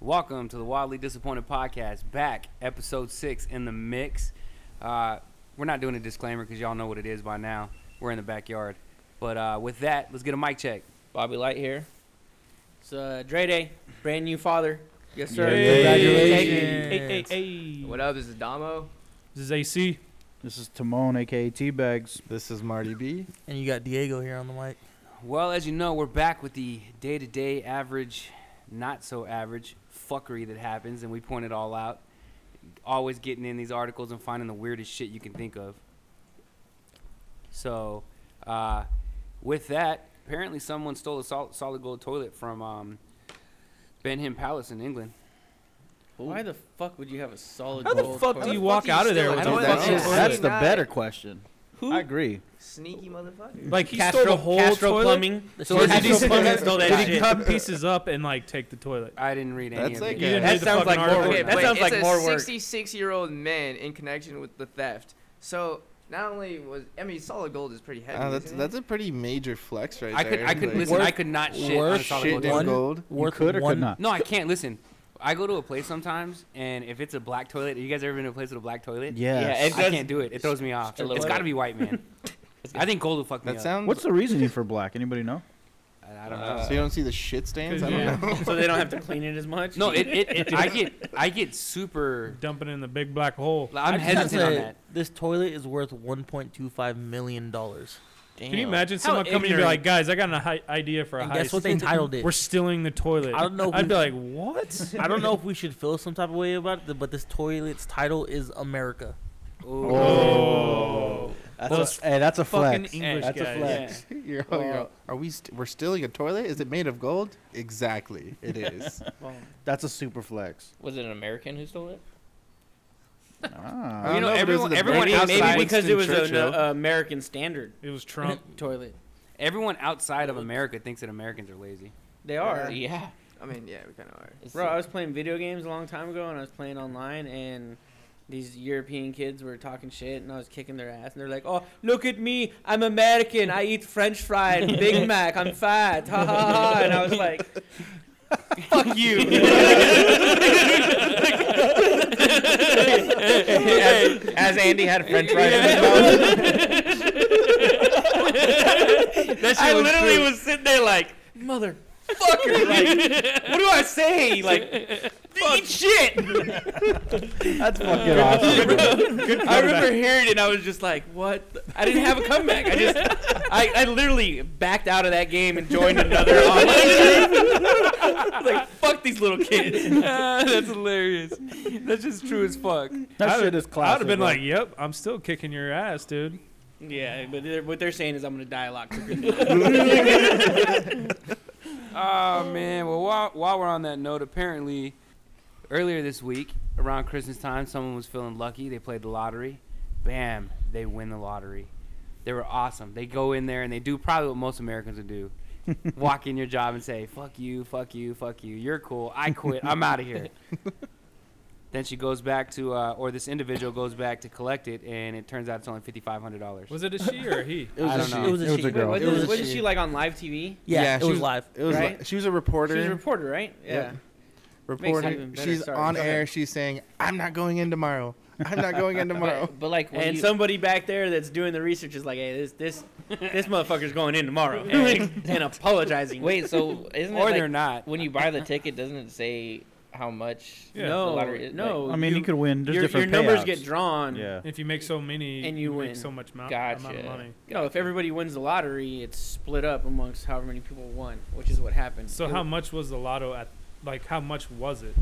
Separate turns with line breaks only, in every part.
Welcome to the Wildly Disappointed Podcast, back episode six in the mix. Uh, we're not doing a disclaimer because y'all know what it is by now. We're in the backyard. But uh, with that, let's get a mic check.
Bobby Light here. It's uh, Dre Day, brand new father. Yes, sir.
Yay.
Congratulations.
Hey, hey, hey.
What up? This is Damo.
This is AC.
This is Timon, aka T Bags.
This is Marty B.
And you got Diego here on the mic.
Well, as you know, we're back with the day to day average, not so average fuckery that happens, and we point it all out. Always getting in these articles and finding the weirdest shit you can think of. So, uh, with that, apparently someone stole a sol- solid gold toilet from um, Benham Palace in England.
Why the fuck would you have a solid
How the
gold
fuck
card?
do you walk out of there with
I don't
that?
know.
shit?
That's-
that's the
Nice.
better question.
Who?
I agree.
Sneaky motherfucker.
Like he
Castro,
stole the whole
Castro
toilet.
Plumbing. The
So did
Castro
he,
Plumbing stole that
did he
shit.
cut pieces up and like take the toilet?
I didn't read any
That's
of
like
it.
You didn't
That
read the
sounds
fucking
like more
article.
work.
Okay,
That
but
sounds
it's
like
a
more work.
66-year-old man in connection with the theft. So not only was I mean, solid gold is pretty heavy.
Uh, that's
isn't it?
that's a pretty major flex right
I
there.
could, I could
Like,
listen.
worth-
I could not shit on a
worth
solid
shit
gold
in
toilet.
one-
gold.
You could or could not.
No, I can't listen. I go to a place sometimes, and if it's a black toilet, you guys ever been to a place with a black toilet?
Yes.
Yeah,
I can't do it. It throws me off.
Still a
It's
little-
got to be white man. I think gold will fuck me
That
up.
sounds. uh,
What's uh, the reasoning for black? Anybody know?
I I don't know.
so you don't see the shit stains? I don't
Yeah.
know.
so they don't have to clean it as much.
no, it, it, it I get I get super.
Dumping it in the big black hole.
I'm hesitant on that.
This toilet is worth 1.25 million dollars.
Can you imagine
How
someone coming and be
ignorant.
like, "Guys, I got an hi- idea for a
And
heist.
guess what they titled it?
We're stealing the toilet."
I don't know
I'd
who-
be like, "What?"
I don't know if we should feel some type of way about it, but this toilet's title is America.
Ooh.
Oh.
That's
Well,
a,
it's
hey, that's a
Fucking
flex.
English
That's a
guys.
flex.
You're, all- you're all- are we? St- we're stealing a toilet? Is it made of gold? Exactly, it is.
That's a super flex.
was it an American who stole it?
You
I
Ah.
don't
know,
know if it was
everyone,
the
everyone
British-
outside,
Maybe
Winston
because it was an
Churchill.
uh, American standard
It was Trump.
toilet.
everyone outside of America thinks that Americans are lazy.
They are.
Yeah. I mean, yeah, we kind of are.
Bro, I was playing video games a long time ago, and I was playing online, and these European kids were talking shit, and I was kicking their ass, and they're like, "Oh, look at me! I'm American. I eat French fry and Big Mac. I'm fat." Ha ha ha! And I was like, "Fuck you!" as, as Andy had French fries. I literally was sitting there like, motherfucker. Like, what do I say? Like, eat shit.
That's fucking awesome. bro.
I remember hearing it and I was just like, what? the- I didn't have a comeback. I just, I, I literally backed out of that game and joined another online game. I was like, fuck these little kids.
that's hilarious. That's just true as fuck.
That
I'd-
shit is
I would
classic.
have been
bro.
like, "Yep, I'm still kicking your ass, dude."
Yeah, but they're, what they're saying is I'm going to die a lot quicker. than you.
Oh man! Well, while, while we're on that note, apparently earlier this week, around Christmas time, someone was feeling lucky. They played the lottery. Bam! They win the lottery. They were awesome. They go in there and they do probably what most Americans would do: walk in your job and say, "Fuck you! Fuck you! Fuck you! You're cool. I quit. I'm out of here." then she goes back to, uh, or this individual goes back to collect it, and it turns out it's only fifty-five hundred dollars.
Was it a she or a he?
it was,
I
a
don't
she-
know.
It was a,
she-
girl.
What
It was
is,
a
what is
she.
she like on live TV?
Yeah,
Yeah,
it
she
was,
was-
live.
It was.
Right?
Like, she was
She's
a
a
reporter.
reporter, right? Yeah. even
reporter.
better,
She's
sorry,
on
go
air.
ahead.
She's saying, "I'm not going in tomorrow. I'm not going in tomorrow."
But like,
And somebody back there that's doing the research is like, hey, this this this motherfucker's going in tomorrow and, and apologizing.
Wait, so isn't it
or they're
like
not.
when you buy the ticket, doesn't it say how much?
Yeah.
the
no,
lottery is-
no.
like-
I mean, you, could win. There's
your,
different
your numbers
payouts.
get drawn.
Yeah.
If you make so many,
And you
make
win.
so much mo- amount
Gotcha.
of money.
You know, if everybody wins the lottery, it's split up amongst however many people won, which is what happened.
So how much was the lotto at? Like how much was it?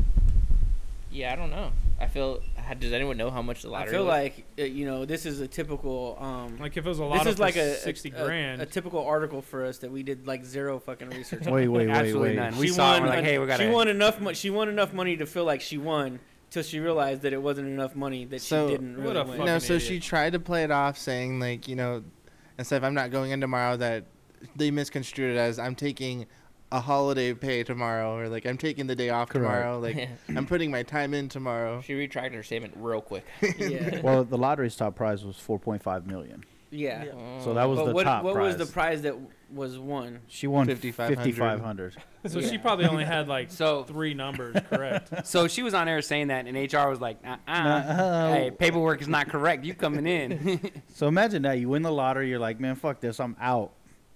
Yeah, I don't know. I feel. ha- Does anyone know how much the
I
lottery?
feel
was?
like uh, you know this is a typical. Um,
Like if it was a
this
lotto
is
for
like a
sixty
a-
grand.
A, typical article for us that we did like zero fucking research. on.
Wait, wait, wait,
Absolutely
wait.
none. We saw it. and We're like,
en-
hey, we got
She won enough. Mo- she won enough money to feel like she won, till she realized that it wasn't enough money that
So-
she didn't
What
really
a
win.
fuck-
no,
fucking
so
idiot.
she tried to play it off, saying like, you know, instead of I'm not going in tomorrow, that they misconstrued it as I'm taking a holiday pay tomorrow, or like I'm taking the day off
Correct.
tomorrow, like I'm putting my time in tomorrow.
she retracted her statement real quick.
yeah.
Well, the lottery's top prize was 4.5 million.
Yeah.
Oh.
So that was
Oh. But
the
what,
top
what
prize.
was the prize that was won?
she won
5,500.
5,500.
So
Yeah.
she probably only had like
So,
three numbers correct.
so she was on air saying that, and HR was like, uh uh
Nuh-uh.
hey, paperwork is not correct. You coming in?
So imagine that you win the lottery, you're like, man, fuck this, I'm out,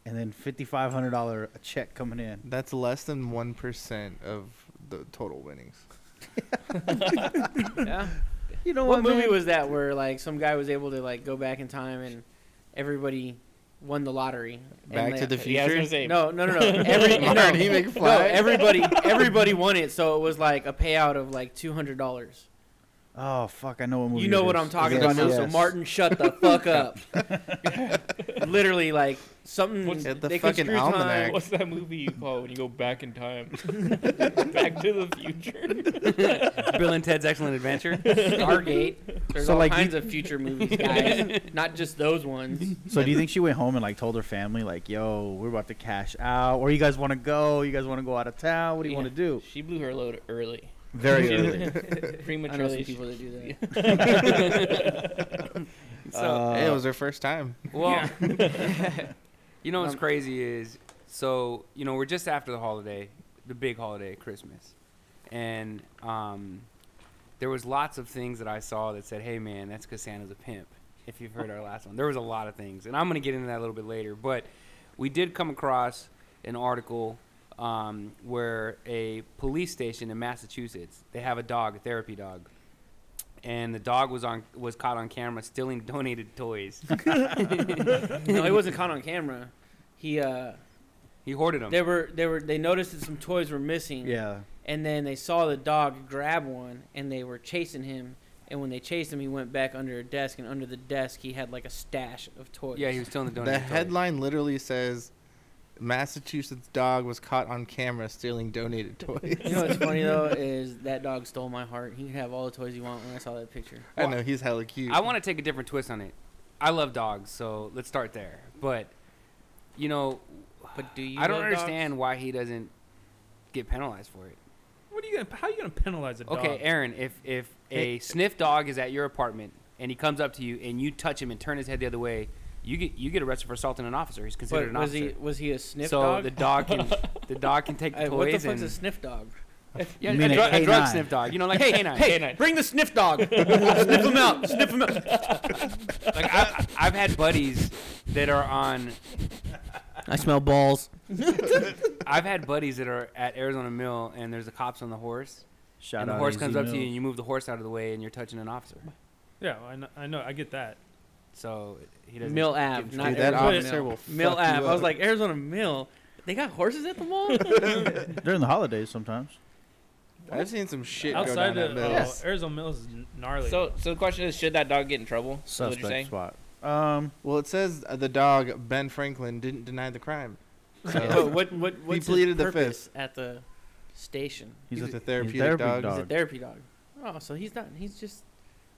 and then fifty-five hundred dollar check coming in.
That's less than one percent of the total winnings.
Yeah.
You know
what
what,
movie
man?
was that where like some guy was able to like go back in time and everybody won the lottery? And
Back
they-
to the
Yeah, I was
future.
gonna say.
No, no, no, no. Every,
Marty
no,
McFly.
no, everybody, everybody won it, so it was like a payout of like two hundred dollars.
Oh fuck, I know what movie.
You know
it
what
is.
I'm talking
Yes,
about now.
yes.
So Martin, shut the fuck up. Literally, like something
What's-
At the
they could
fucking
screw
almanac.
time.
What's that movie you call when you go back in time? back to the future.
Bill and Ted's Excellent Adventure.
Stargate. There's
So,
all
like, you-
kinds of future movies, guys. Not just those ones.
So do you think she went home and like told her family like, yo, we're about to cash out, or you guys want to go? You guys want to go out of town? What do you want to do?
She blew her load early.
Very
She-
early.
I know some
Prematurely.
people that do that.
So,
Uh,
hey, it was her first time.
well, you know what's
Um,
crazy is, so you know we're just after the holiday, the big holiday, Christmas, and um, there was lots of things that I saw that said, "Hey man, that's because Santa's a pimp." If you've heard our last one, there was a lot of things, and I'm gonna get into that a little bit later. But we did come across an article um, where a police station in Massachusetts they have a dog, a therapy dog, and the dog was on was caught on camera stealing donated toys.
no, it wasn't caught on camera. He uh,
He hoarded them.
they were they were they noticed that some toys were missing.
yeah.
And then they saw the dog grab one, and they were chasing him. And when they chased him, he went back under a desk, and under the desk he had like a stash of toys.
Yeah, he was stealing the donuts.
the headline literally says, "Massachusetts dog was caught on camera stealing donated toys."
You know what's funny though is that dog stole my heart. He could have all the toys he want. When I saw that picture,
I know he's hella cute.
I want to take a different twist on it. I love dogs, so let's start there. But you know,
but do you?
I don't
love dogs?
understand why he doesn't get penalized for it.
What are you gonna? How are you gonna penalize a dog?
Okay, Aaron, if if a sniff dog is at your apartment and he comes up to you and you touch him and turn his head the other way, you get you get arrested for assaulting an officer. He's
But
considered an
was
officer.
he was he a sniff
so
dog?
the dog can the dog can take the
Hey,
toys
what the fuck's
and
a sniff dog?
yeah,
You mean
a,
a
dru- a drug
canine?
sniff dog. You know, like
Hey,
canine.
hey,
Canine.
bring the sniff dog. sniff him out. Sniff him out.
Like I, I've had buddies that are on
I smell balls.
I've had buddies that are at Arizona Mill and there's the cops on the horse.
Shout
and the
out
horse
AZ
comes up to you
Mills.
and you move the horse out of the way and you're touching an officer.
Yeah, I know. I, know, I get that.
So he doesn't.
Mill Ave,
Dude,
not
Dude, that
Arizona
officer
Mill.
will
Mill
fuck you
Ave. I was
up.
like Arizona Mill. They got horses at the mall.
During the holidays sometimes.
I've seen some shit
Outside
go
of
down that
oh,
uh,
mill.
Yes.
Arizona Mills is gnarly.
So, so the question is, should that dog get in trouble? Is what you're
Suspect
saying?
spot. Um,
Well, it says uh, the dog Ben Franklin didn't deny the crime.
But
So
what what what's
pleaded the
his purpose at the station?
he's,
He's
a,
a
th-
therapeutic
he's a therapy
dog.
dog.
He's
He's a therapy dog. Oh, so he's not. He's just.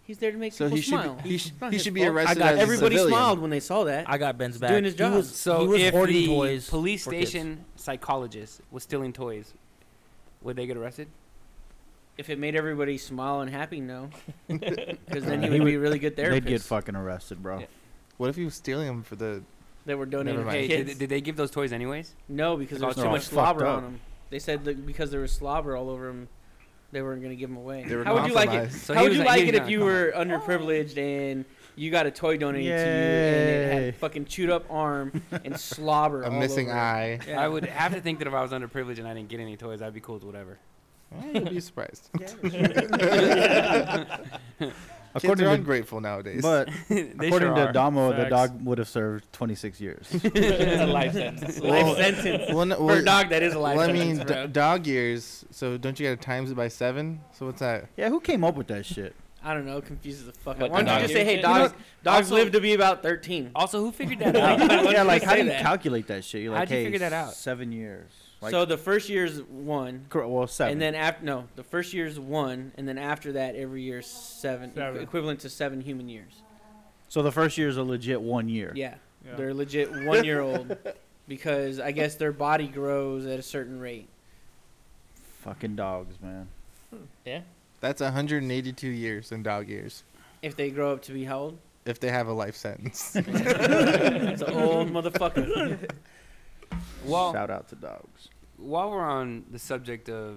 He's there to make
so
people
he should
smile.
be, he, sh-
It's not
he
his
should be
fault.
arrested.
got
as a
Everybody
civilian.
smiled when they saw that.
I got Ben's back.
doing his job.
He was,
So
he was
if
hoarding
the
toys.
police
for kids.
station psychologist was stealing toys, would they get arrested?
If it made everybody smile and happy, no. Because then he
Uh, he
would be
would-
a really good
They'd get
therapist.
fucking arrested, bro.
Yeah.
What if he was stealing them for the?
They were donating
Never
to
mind.
Hey,
kids.
did, did they give those toys anyways?
no, because there was
They're
too
all
much
fucked
slobber
up.
on him. They said that because there was slobber all over him, they weren't going to give him away.
They were
How would you like it?
compromised.
So
How
he
would
was
you
like- he
like it
was
if
not
you were underprivileged and you got a toy donated to you and it had
Yay.
a fucking chewed up arm and slobber?
A
all
missing
over it?
eye.
Yeah.
I would have to think that if I was underprivileged and I didn't get any toys, I'd be cool with whatever.
I'd Eh, be surprised. Kids
According
are
to,
ungrateful nowadays.
but
They
according
sure
to
are.
Damo, the
Facts.
dog would have served 26 years.
It's a life sentence.
Well,
Life sentence.
well, no,
For
well,
a dog, that is a life
well, I
sentence,
mean,
bro.
d- dog years. So don't you got to times it by seven? So what's that?
yeah, who came up with that shit?
I don't know. It confuses the fuck
What,
out. Why
the
don't you
dog
just say,
years
"Hey,
shit?
dogs, dogs
also-
live to be about 13.
Also, who figured that
Why
out?
don't you
yeah, like
just
how
say
do you
that?
calculate that shit? You're like,
How'd you
hey,
figure that out?
Seven years. Like,
so the first year's one,
cor- well, seven.
and then after no, the first year's one, and then after that, every year's seven, equ-
Seven.
equivalent to seven human years.
so the first year is a legit one year.
Yeah,
Yeah.
they're legit one year old because I guess their body grows at a certain rate.
Fucking dogs, man.
That's 182 years in dog years.
If they grow up to be how old?
if they have a life sentence.
It's an old motherfucker.
Well,
Shout out to dogs.
while we're on the subject of,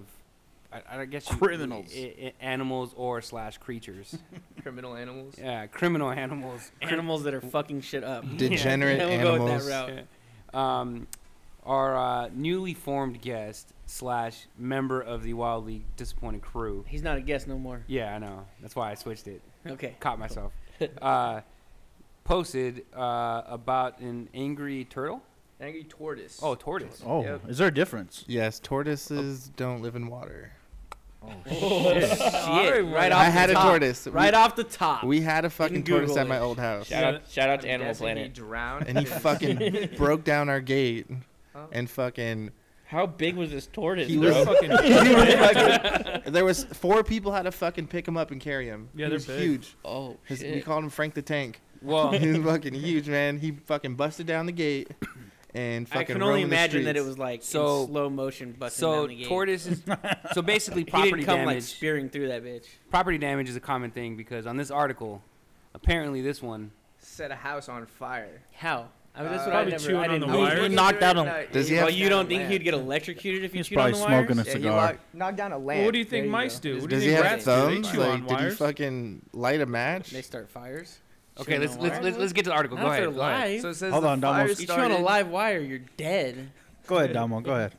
I, I guess you,
Criminals.
i- i- animals or slash creatures,
Criminal animals.
yeah, criminal animals,
Animals that are fucking shit up.
Degenerate
Yeah, we'll go with that
animals.
route.
um, our uh, newly formed guest slash member of the wildly disappointed crew.
He's not a guest no more.
Yeah, I know. That's why I switched it.
Okay.
Caught myself. Uh, posted uh, about an angry turtle.
Angry tortoise.
Oh, tortoise.
Oh,
Yep.
is there a difference?
Yes, tortoises don't live in water.
Shit. Right off
I had
the
a
top.
tortoise.
Right off the top.
We had a fucking
Google
tortoise at my
it.
old house.
Shout out, shout out to Animal
guessing He
Planet.
drowned.
And he
his-
fucking broke down our gate
Oh.
and fucking
How big was this tortoise,
He
bro?
was-
fucking.
He was fucking- there was four people had to fucking pick him up and carry him.
Yeah,
he
they're
was
big.
huge.
oh
His-
shit!
we called him Frank the Tank.
Well,
he was fucking huge, man. He fucking busted down the gate and fucking.
I can only
roamed the
imagine that it
streets.
was like
So-
in slow motion busting
so
down the gate.
tortoise is so basically
he
property
didn't come like
damage.
spearing through that bitch.
property damage is a common thing because on this article, apparently this one
set a house on fire.
How? I mean, that's what I
Probably
never.
chewing
I
on
didn't
the
know.
wire.
He knocked out a-
No,
Does he
Well,
have-
you don't
knocked down a
think he'd
lamp.
get electrocuted if you
He's
chewed on
probably
the wire?
smoking a
Yeah, he
cigar.
lock, knocked down a lamp.
Well, what do you think
There you
mice
go.
do? What do you
Does he
think
have
rats do?
thumbs?
They chew
Like,
on
did he
wires.
fucking light a match?
They start fires.
Okay,
Chewing
let's
on
let's,
wire?
let's let's get to the article. Go
Not if they're
ahead. Go ahead.
live.
So it says
Hold
the
on,
fire
Damos.
You chew on a
started-
live wire, you're dead.
Go ahead, Damo. Go ahead.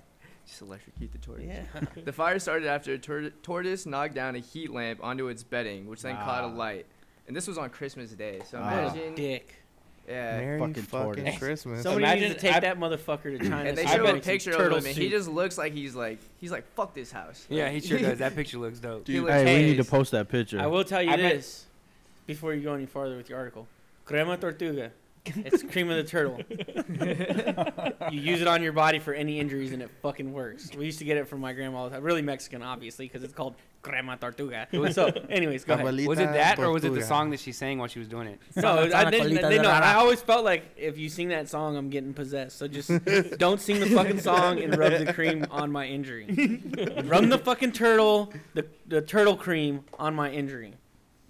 Just electrocute the tortoise.
Yeah.
The fire started after a tur- tortoise knocked down a heat lamp onto its bedding, which then caught
Ah.
alight. And this was on Christmas Day, so
Ah.
What a
imagine,
dick.
yeah.
Merry
Fucking
fucking,
tortoise.
Christmas.
Somebody
Imagine-
needs to take
I-
that motherfucker to China.
And they
so he
show a
makes a
picture of
turtle
him, and he
suit.
just looks like he's like, he's like, fuck this house.
Yeah, he sure does. That picture looks dope.
He looks
Hey, we need to
pissed.
post that picture.
I will tell you
I bet-
this before you go any farther with your article. Crema tortuga. It's cream of the turtle. you use it on your body for any injuries and it fucking works. We used to get it from my grandma all the time. Really Mexican, obviously, because it's called crema tortuga. So, anyways, go ahead.
Was it that, or was it the
Tortuga.
song that she sang while she was doing it?
No,
Sana-
I
sana
didn't.
colita
they-
de
no,
rana.
I always felt like if you sing that song, I'm getting possessed. So just don't sing the fucking song and rub the cream on my injury. rub the fucking turtle, the, the turtle cream on my injury.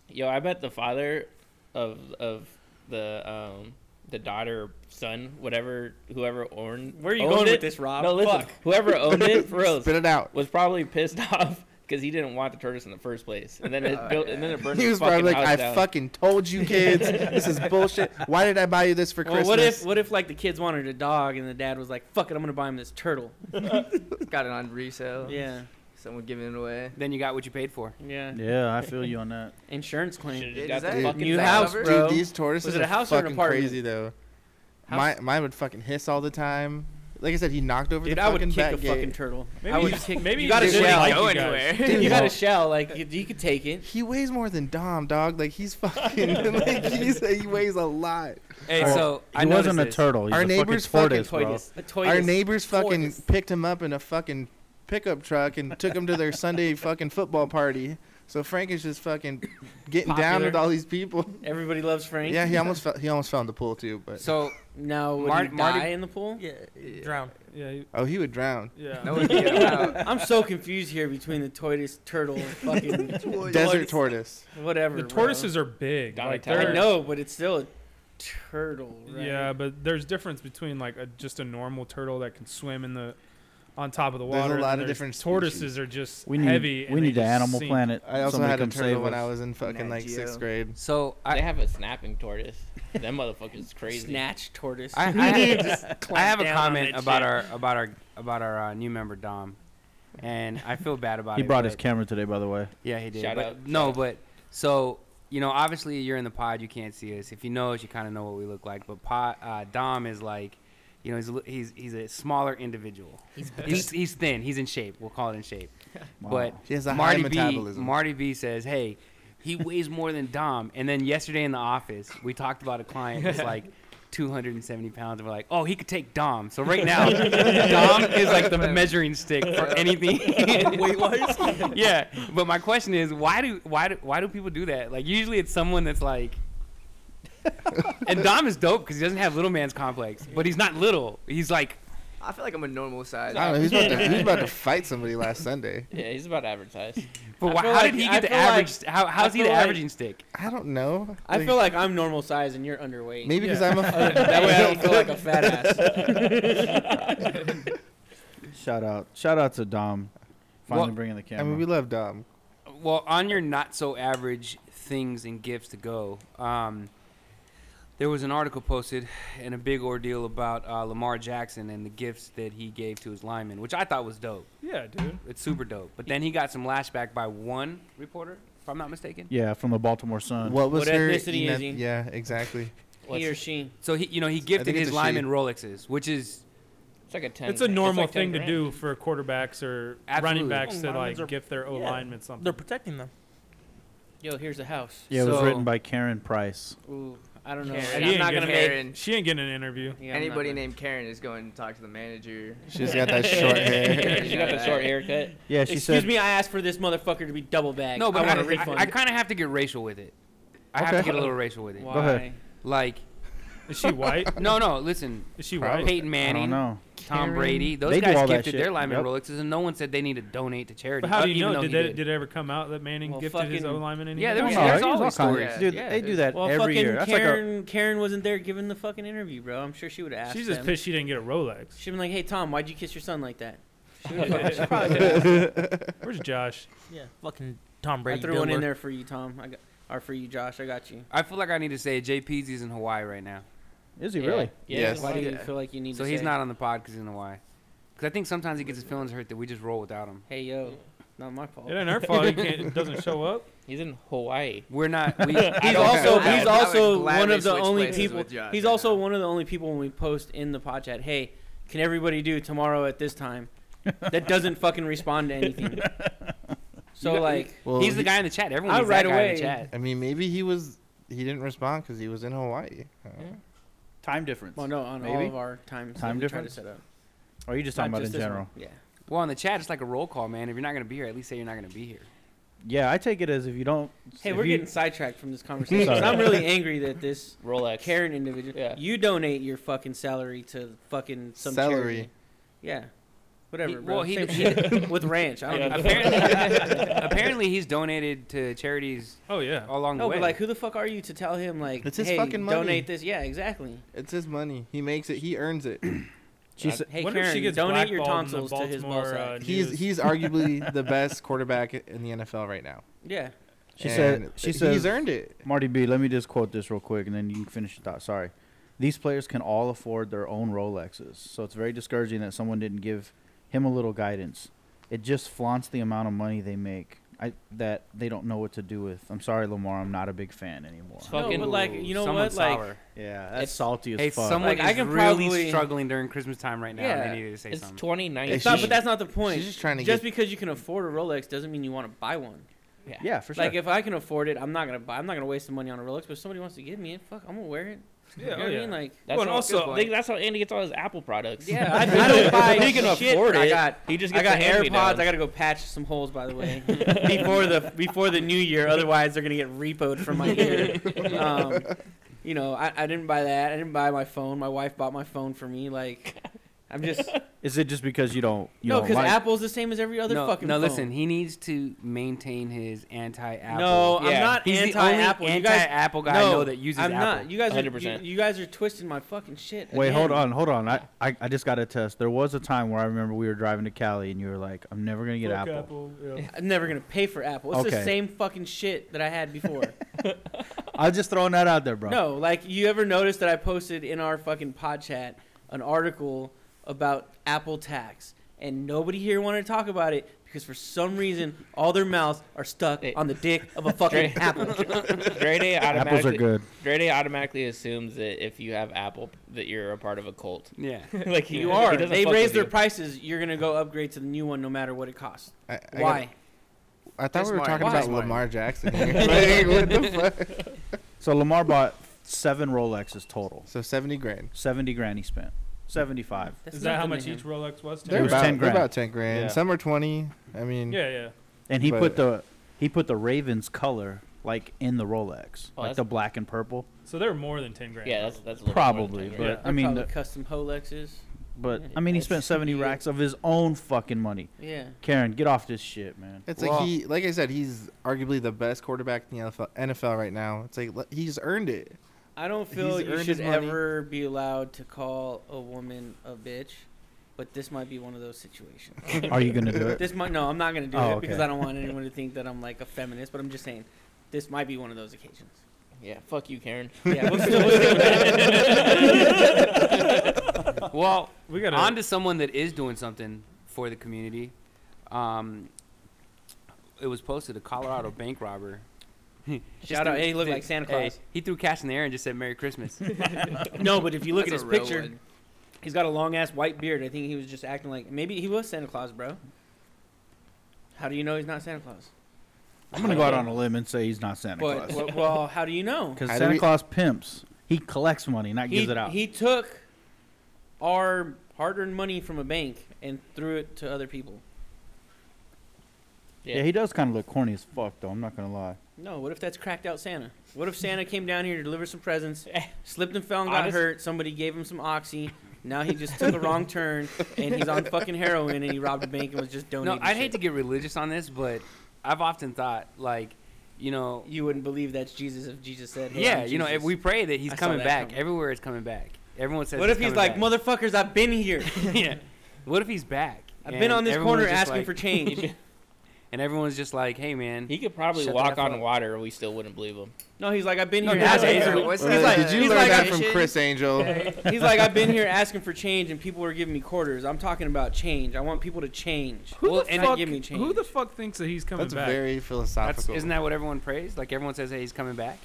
Yo, I bet the father of of the um the daughter, or son, whatever, whoever owned.
Where are you
owned
going
it,
with this, Rob?
No, listen.
Fuck.
Whoever
Oh,
owned it, for real,
Spit it out.
was probably pissed off because he didn't want the tortoise in the first place, and then it
Oh,
built,
yeah.
and then it burned.
He
his
was
fucking
probably like,
house
"I
down.
fucking told you, kids. this is bullshit. Why did I buy you this for
Well,
Christmas?"
what if what if like the kids wanted a dog and the dad was like, "Fuck it, I'm gonna buy him this turtle."
Got it on resale.
Yeah,
Someone giving it away.
Then you got what you paid for.
yeah.
yeah, I feel you on that.
Insurance claim.
Should've just
Is
got the
that-
fucking
New
thing
house,
covered.
bro.
Dude, these tortoises
Was it a
are
house or an
fucking
apartment?
crazy though.
House?
My, mine would fucking hiss all the time. Like I said, he knocked over
Dude,
the
I would
fucking
kick
back
a
gate.
fucking turtle. I
Maybe
would
you-
kick.
maybe
you
you
got a
just didn't
shell.
like
you
you guys.
Dude, you got a shell. Like you, you could take it.
He weighs more than Dom, dog. Like he's fucking. like he's, he weighs a lot.
Hey,
Or-
so
He
I
wasn't a
noticed this.
turtle. He's
Our
a
neighbor's
fucking
fucking
tortoise, bro.
A toy.
Our neighbors fucking
Tortoise.
picked him up in a fucking pickup truck and took him to their Sunday fucking football party. So Frank is just fucking getting down
Popular.
with all these people.
Everybody loves Frank.
Yeah, he almost fell, he almost fell in the pool too, but
So
No, would
Marty-
he
Marty-
die in the pool?
Yeah, drown.
Yeah, you-
oh, he would drown.
yeah.
No one can get it out.
I'm so confused here between the tortoise, turtle, and fucking
Desert tortoise.
whatever.
The
bro.
tortoises are big.
Dolly
Like,
Tyler.
I
they're-
know, but it's still a turtle. Right?
Yeah, but there's difference between like a, just a normal turtle that can swim in the on top of the
There's a
water. and
lot
then
of
there's-
different species.
Tortoises are just
We need
heavy.
we
and they
need an
just
Animal
sink.
Planet.
I also
Somebody
had a
come save
turtle when
us.
I was in fucking
Nat
like
Geo.
sixth grade.
so
They
I
have a snapping tortoise. Them motherfuckers is crazy.
Snatch tortoise.
I, I have, I have a
down on
comment
that
about
shit.
our about our about our uh, new member Dom, and I feel bad about
He
it.
brought his
but-
camera today, by the way.
Yeah, he did.
Shout
but,
out,
No,
shout out.
but so you know, obviously you're in the pod, you can't see us. If you know us, you kind of know what we look like. But pod, uh, Dom is like, you know, he's a li- he's he's a smaller individual. He's he's, he's thin. He's in shape. We'll call it in shape.
Wow.
But
He has a
Marty
high
B,
metabolism.
Marty B says, hey. He weighs more than Dom. And then yesterday in the office, we talked about a client that's like 270 pounds. And we're like, oh, he could take Dom. So right now, Dom is like the measuring stick for anything.
Wait, what?
yeah, but my question is, why do why do why do people do that? Like usually it's someone that's like, and Dom is dope because he doesn't have little man's complex, but he's not little. He's like
I feel like I'm a normal size.
I don't know. He's about to, he's about to fight somebody last Sunday.
Yeah, he's about average size.
But
I
why,
feel
how
like-
did he
I
get the
feel like-
average? how, how's he the
feel like-
averaging stick?
I don't know.
I feel like I'm normal size and you're underweight.
maybe because
Yeah.
I'm a.
that way I don't feel like a fat ass.
Shout out, shout out to Dom, finally
Well,
bringing the camera.
I mean, we love Dom.
Well, on your not so average things and gifts to go, um, there was an article posted and a big ordeal about uh, Lamar Jackson and the gifts that he gave to his linemen, which I thought was dope.
Yeah, dude.
It's super dope. But then he got some lashback by one reporter, if I'm not mistaken.
yeah, from the Baltimore Sun.
What was
What
her
ethnicity is
ena-
he?
Yeah, exactly.
He or she.
So he, you know, he gifted
think it's
his
a she.
linemen Rolexes, which is
It's like a ten.
It's a
grand-
normal
like 10
thing to
grand.
do for quarterbacks or
Absolutely.
running backs to
Oh,
Linemen are-
like gift their O
yeah.
lineman something.
They're protecting them.
Yo, here's a house.
Yeah, it was
So-
written by Karen Price.
Ooh, I don't know.
Karen.
And
She
I'm
ain't
not
gonna
gonna
Karen.
make
she ain't getting an interview.
yeah, I'm not
Anybody
gonna-
named Karen is going to talk to the manager.
She's got that short hair.
she got the short haircut.
Yeah, she
Excuse
said.
me, I asked for this motherfucker to be double bagged.
no, but
I
I,
want a
I,
refund.
I kind of have to get racial with it. I have to
Okay.
get a little racial with it.
Why?
ahead.
Like,
Is she white?
no, no, listen,
Is she
Probably.
white?
Peyton
I
Manning,
don't know.
Tom
Karen.
Brady. Those
They do all
guys
that
gifted their
shit.
lineman
Yep.
Rolexes, and no one said they need to donate to charity.
But how do you
even
know?
though
Did,
he
that,
did.
did it ever come out that Manning
Well,
gifted his
fucking-
O lineman? any
Yeah, there was-
money?
Well, no,
there's
it was
always
all
stories.
kinds. Dude,
Yeah,
they do
there's-
that
Well,
every
fucking
year. That's like a,
Karen, Karen wasn't there giving the fucking interview, bro. I'm sure she would have asked.
She's just
them.
pissed she didn't get a Rolex.
She'd been like, "Hey, Tom, why'd you kiss your son like that?" She would've fucking- she probably would've asked.
Where's Josh?
Yeah, fucking Tom
I
Brady.
threw one
diddler.
in there for you, Tom. I got, or for you, Josh. I got you.
I feel like I need to say JP's is in Hawaii right now,
Is he really?
Yeah.
Yes.
Why do you
Yeah.
feel like you need
so
to
he's
say,
not on the pod because he's in Hawaii. Because I think sometimes he gets his feelings hurt that we just roll without him.
Hey, yo, not my fault.
It ain't her fault. He can't, it doesn't show up.
He's in Hawaii.
We're not. We,
I
He's
don't
also
feel bad.
he's
I would
also one
gladly
of the
switch
only
places
people.
with Josh
He's
right
also
now.
one of the only people when we post in the pod chat. Hey, can everybody do tomorrow at this time? That doesn't fucking respond to anything. So like,
Well,
he's the
he-
guy in the chat. Everyone
I
needs
right
that guy in
away-
the chat.
I mean, maybe he was. He didn't respond because he was in Hawaii. I don't know.
Time difference.
well, no, on all
Maybe.
of our times.
Time
that we try to
difference?
set up.
Or are you just
Not
talking about
just
in
this
general?
one. Yeah.
Well, in the chat, it's like a roll call, man. If you're not gonna be here, at least say you're not gonna be here.
Yeah, I take it as if you don't.
Hey,
if
we're
you,
getting sidetracked from this conversation. 'cause
Sorry.
I'm really angry that this
Rolex.
Karen individual.
Yeah.
You donate your fucking salary to fucking some
Celery.
charity. Yeah. Whatever,
He-
bro.
well, he-
Same
he-
shit. with ranch. I don't
Yeah.
give a fuck.
Apparently, apparently, he's donated to charities
Oh yeah.
all along
No,
the way.
but like, who the fuck are you to tell him like,
It's his
hey,
fucking money.
donate this? Yeah, exactly.
It's his money. He makes it. He earns it.
She
I
said,
Hey,
wonder if
Karen,
she gets
donate your
blackballed in the
tonsils to his
Baltimore,
ballsack.
uh,
He's
news.
he's arguably the best quarterback in the NFL right now.
Yeah.
She
And
said- she
he's
says-
earned it.
Marty B. Let me just quote this real quick, and then you can finish your thought. Sorry. These players can all afford their own Rolexes, so it's very discouraging that someone didn't give him a little guidance. It just flaunts the amount of money they make. I, that they don't know what to do with. I'm sorry, Lamar. I'm not a big fan anymore.
It's fucking
No, but like, you know
Someone
what? Like,
sour.
Yeah,
that's
that's salty as
hey,
fuck.
someone
Like, I
is
can
really
probably-
struggling during Christmas time right now. and
Yeah,
they needed to say
It's
something.
2019.
Hey,
It's not,
she's-
but that's not the point.
She's just trying to
Just
get-
because you can afford a Rolex doesn't mean you want to buy one.
yeah, for sure.
Like if I can afford it, I'm not gonna buy. I'm not gonna waste the money on a Rolex. But if somebody wants to give me it, fuck, I'm gonna wear it.
Yeah,
You know
oh,
what
yeah.
I mean? Like,
That's
Well, and
how-
also-
I think that's how Andy gets all his Apple products.
yeah, I, I don't buy
he can
shit.
afford it.
I got,
he just
I
gets
got
the
AirPods.
hand-me-downs.
I gotta go patch some holes, by the way, before the before the new year. Otherwise, they're gonna get repoed from my ear. Um, you know, I, I didn't buy that. I didn't buy my phone. My wife bought my phone for me. Like, I'm just
Is it just because you don't? You
no,
don't
because
like,
Apple's the same as every other
no,
fucking.
no
phone.
listen. He needs to maintain his anti-Apple.
No,
Yeah.
I'm not
He's the only
anti-Apple. You guys
anti-Apple guy I know that uses
I'm
Apple.
not. You guys, are,
100%.
you, you guys are twisting my fucking shit.
Wait,
again.
hold on, hold on. I, I, I just got a test. There was a time where I remember we were driving to Cali, and you were like, "I'm never gonna get
Fuck
Apple."
yeah.
I'm never gonna pay for Apple. It's the
Okay.
same fucking shit that I had before.
I was just throwing that out there, bro.
no, like you ever noticed that I posted in our fucking pod chat an article about Apple tax, and nobody here wanted to talk about it because for some reason all their mouths are stuck
Hey.
on the dick of a fucking
Dre-
Apple.
Grade A
Apples are
automatically.
good.
Grade A automatically assumes that if you have Apple, that you're a part of a cult.
Yeah.
like he,
You
he
are.
doesn't
They
fuck
raise
with
their
you.
prices. You're gonna go upgrade to the new one no matter what it costs.
I, I
Why?
gotta- I thought
That's
we were
smart.
talking
Why?
about
Smart.
Lamar Jackson. Here. Like, what the fuck?
So Lamar bought seven Rolexes total.
So seventy grand.
Seventy grand he spent. Seventy-five.
That's
Is that how
nothing
much
to
each
him.
Rolex was?
They're
They're
was
about,
10
they're
grand.
about ten grand.
Yeah.
Some are twenty. I mean,
Yeah, yeah.
And he
But-
put the he put the Ravens color like in the Rolex,
Oh,
like
that's-
the black and purple.
So they're more than ten grand.
Yeah, that's that's a little
Probably, but
More than 10 grand.
I
They're
mean,
probably
the,
custom Rolexes.
But
Yeah,
I mean, he
that's
spent seventy
weird.
racks of his own fucking money.
Yeah.
Karen, get off this shit, man.
It's
Well,
like he, like I said, he's arguably the best quarterback in the NFL, NFL right now. It's like le- he's earned it.
I don't feel
He's
you
earned
should
his money.
ever be allowed to call a woman a bitch, but this might be one of those situations.
Are you gonna do it?
this might no, I'm not gonna do
Oh,
it because
okay.
I don't want anyone to think that I'm like a feminist. But I'm just saying, this might be one of those occasions.
Yeah, fuck you, Karen.
Yeah, we'll still, we'll still-
Well,
We gotta.
on to someone that is doing something for the community. Um, it was posted a Colorado bank robber. Just
Shout out,
threw-
hey, he looked
threw-
like Santa
hey,
Claus.
he threw cash in the air and just said "Merry Christmas."
no, but if you look at
That's
his
a real
picture,
one.
he's got a long ass white beard. I think he was just acting like maybe he was Santa Claus, bro. How do you know he's not Santa Claus?
I'm gonna go out on a limb and say he's not Santa
But
Claus
well, well, how do you know?
because
How do
Santa
we-
Claus pimps. He collects money, not
he,
gives it out.
he took our hard-earned money from a bank and threw it to other people.
yeah, he does kind of look corny as fuck, though. I'm not gonna lie.
No, what if that's cracked out Santa? What if Santa came down here to deliver some presents, slipped and fell and got
Honest-
hurt? Somebody gave him some oxy. Now he just took a wrong turn and he's on fucking heroin and he robbed a bank and was just
no,
donating.
I'd hate to
shit.
get religious on this, but I've often thought, like, you know,
You wouldn't believe that's Jesus if Jesus said, hey,
yeah,
I'm
you know, if
Jesus.
we pray that he's
I saw
coming
that
back.
coming.
Everywhere is coming back. Everyone says.
What if he's like,
coming
motherfuckers, I've been here.
back." yeah. What if he's back?
I've been
And
on this
everyone's
corner
just
asking
like-
for change.
And everyone's just like, "Hey, man."
He could probably
Shut the
walk
F
on
up.
water. We still wouldn't believe him.
No, he's like, I've been
No,
here.
that's
asking
Angel.
for-"
What's
Uh,
that?
like-
did you
he's
learn
like
that
a
from
shit?
Chris Angel?
He's like, I've been here asking for change, and people were giving me quarters. I'm talking about change. I want people to change.
who
well,
the
and
fuck?
give me change.
Who the fuck thinks that he's coming
That's
back?
very
That's,
philosophical.
isn't that what everyone prays? Like everyone says, "Hey, he's coming back."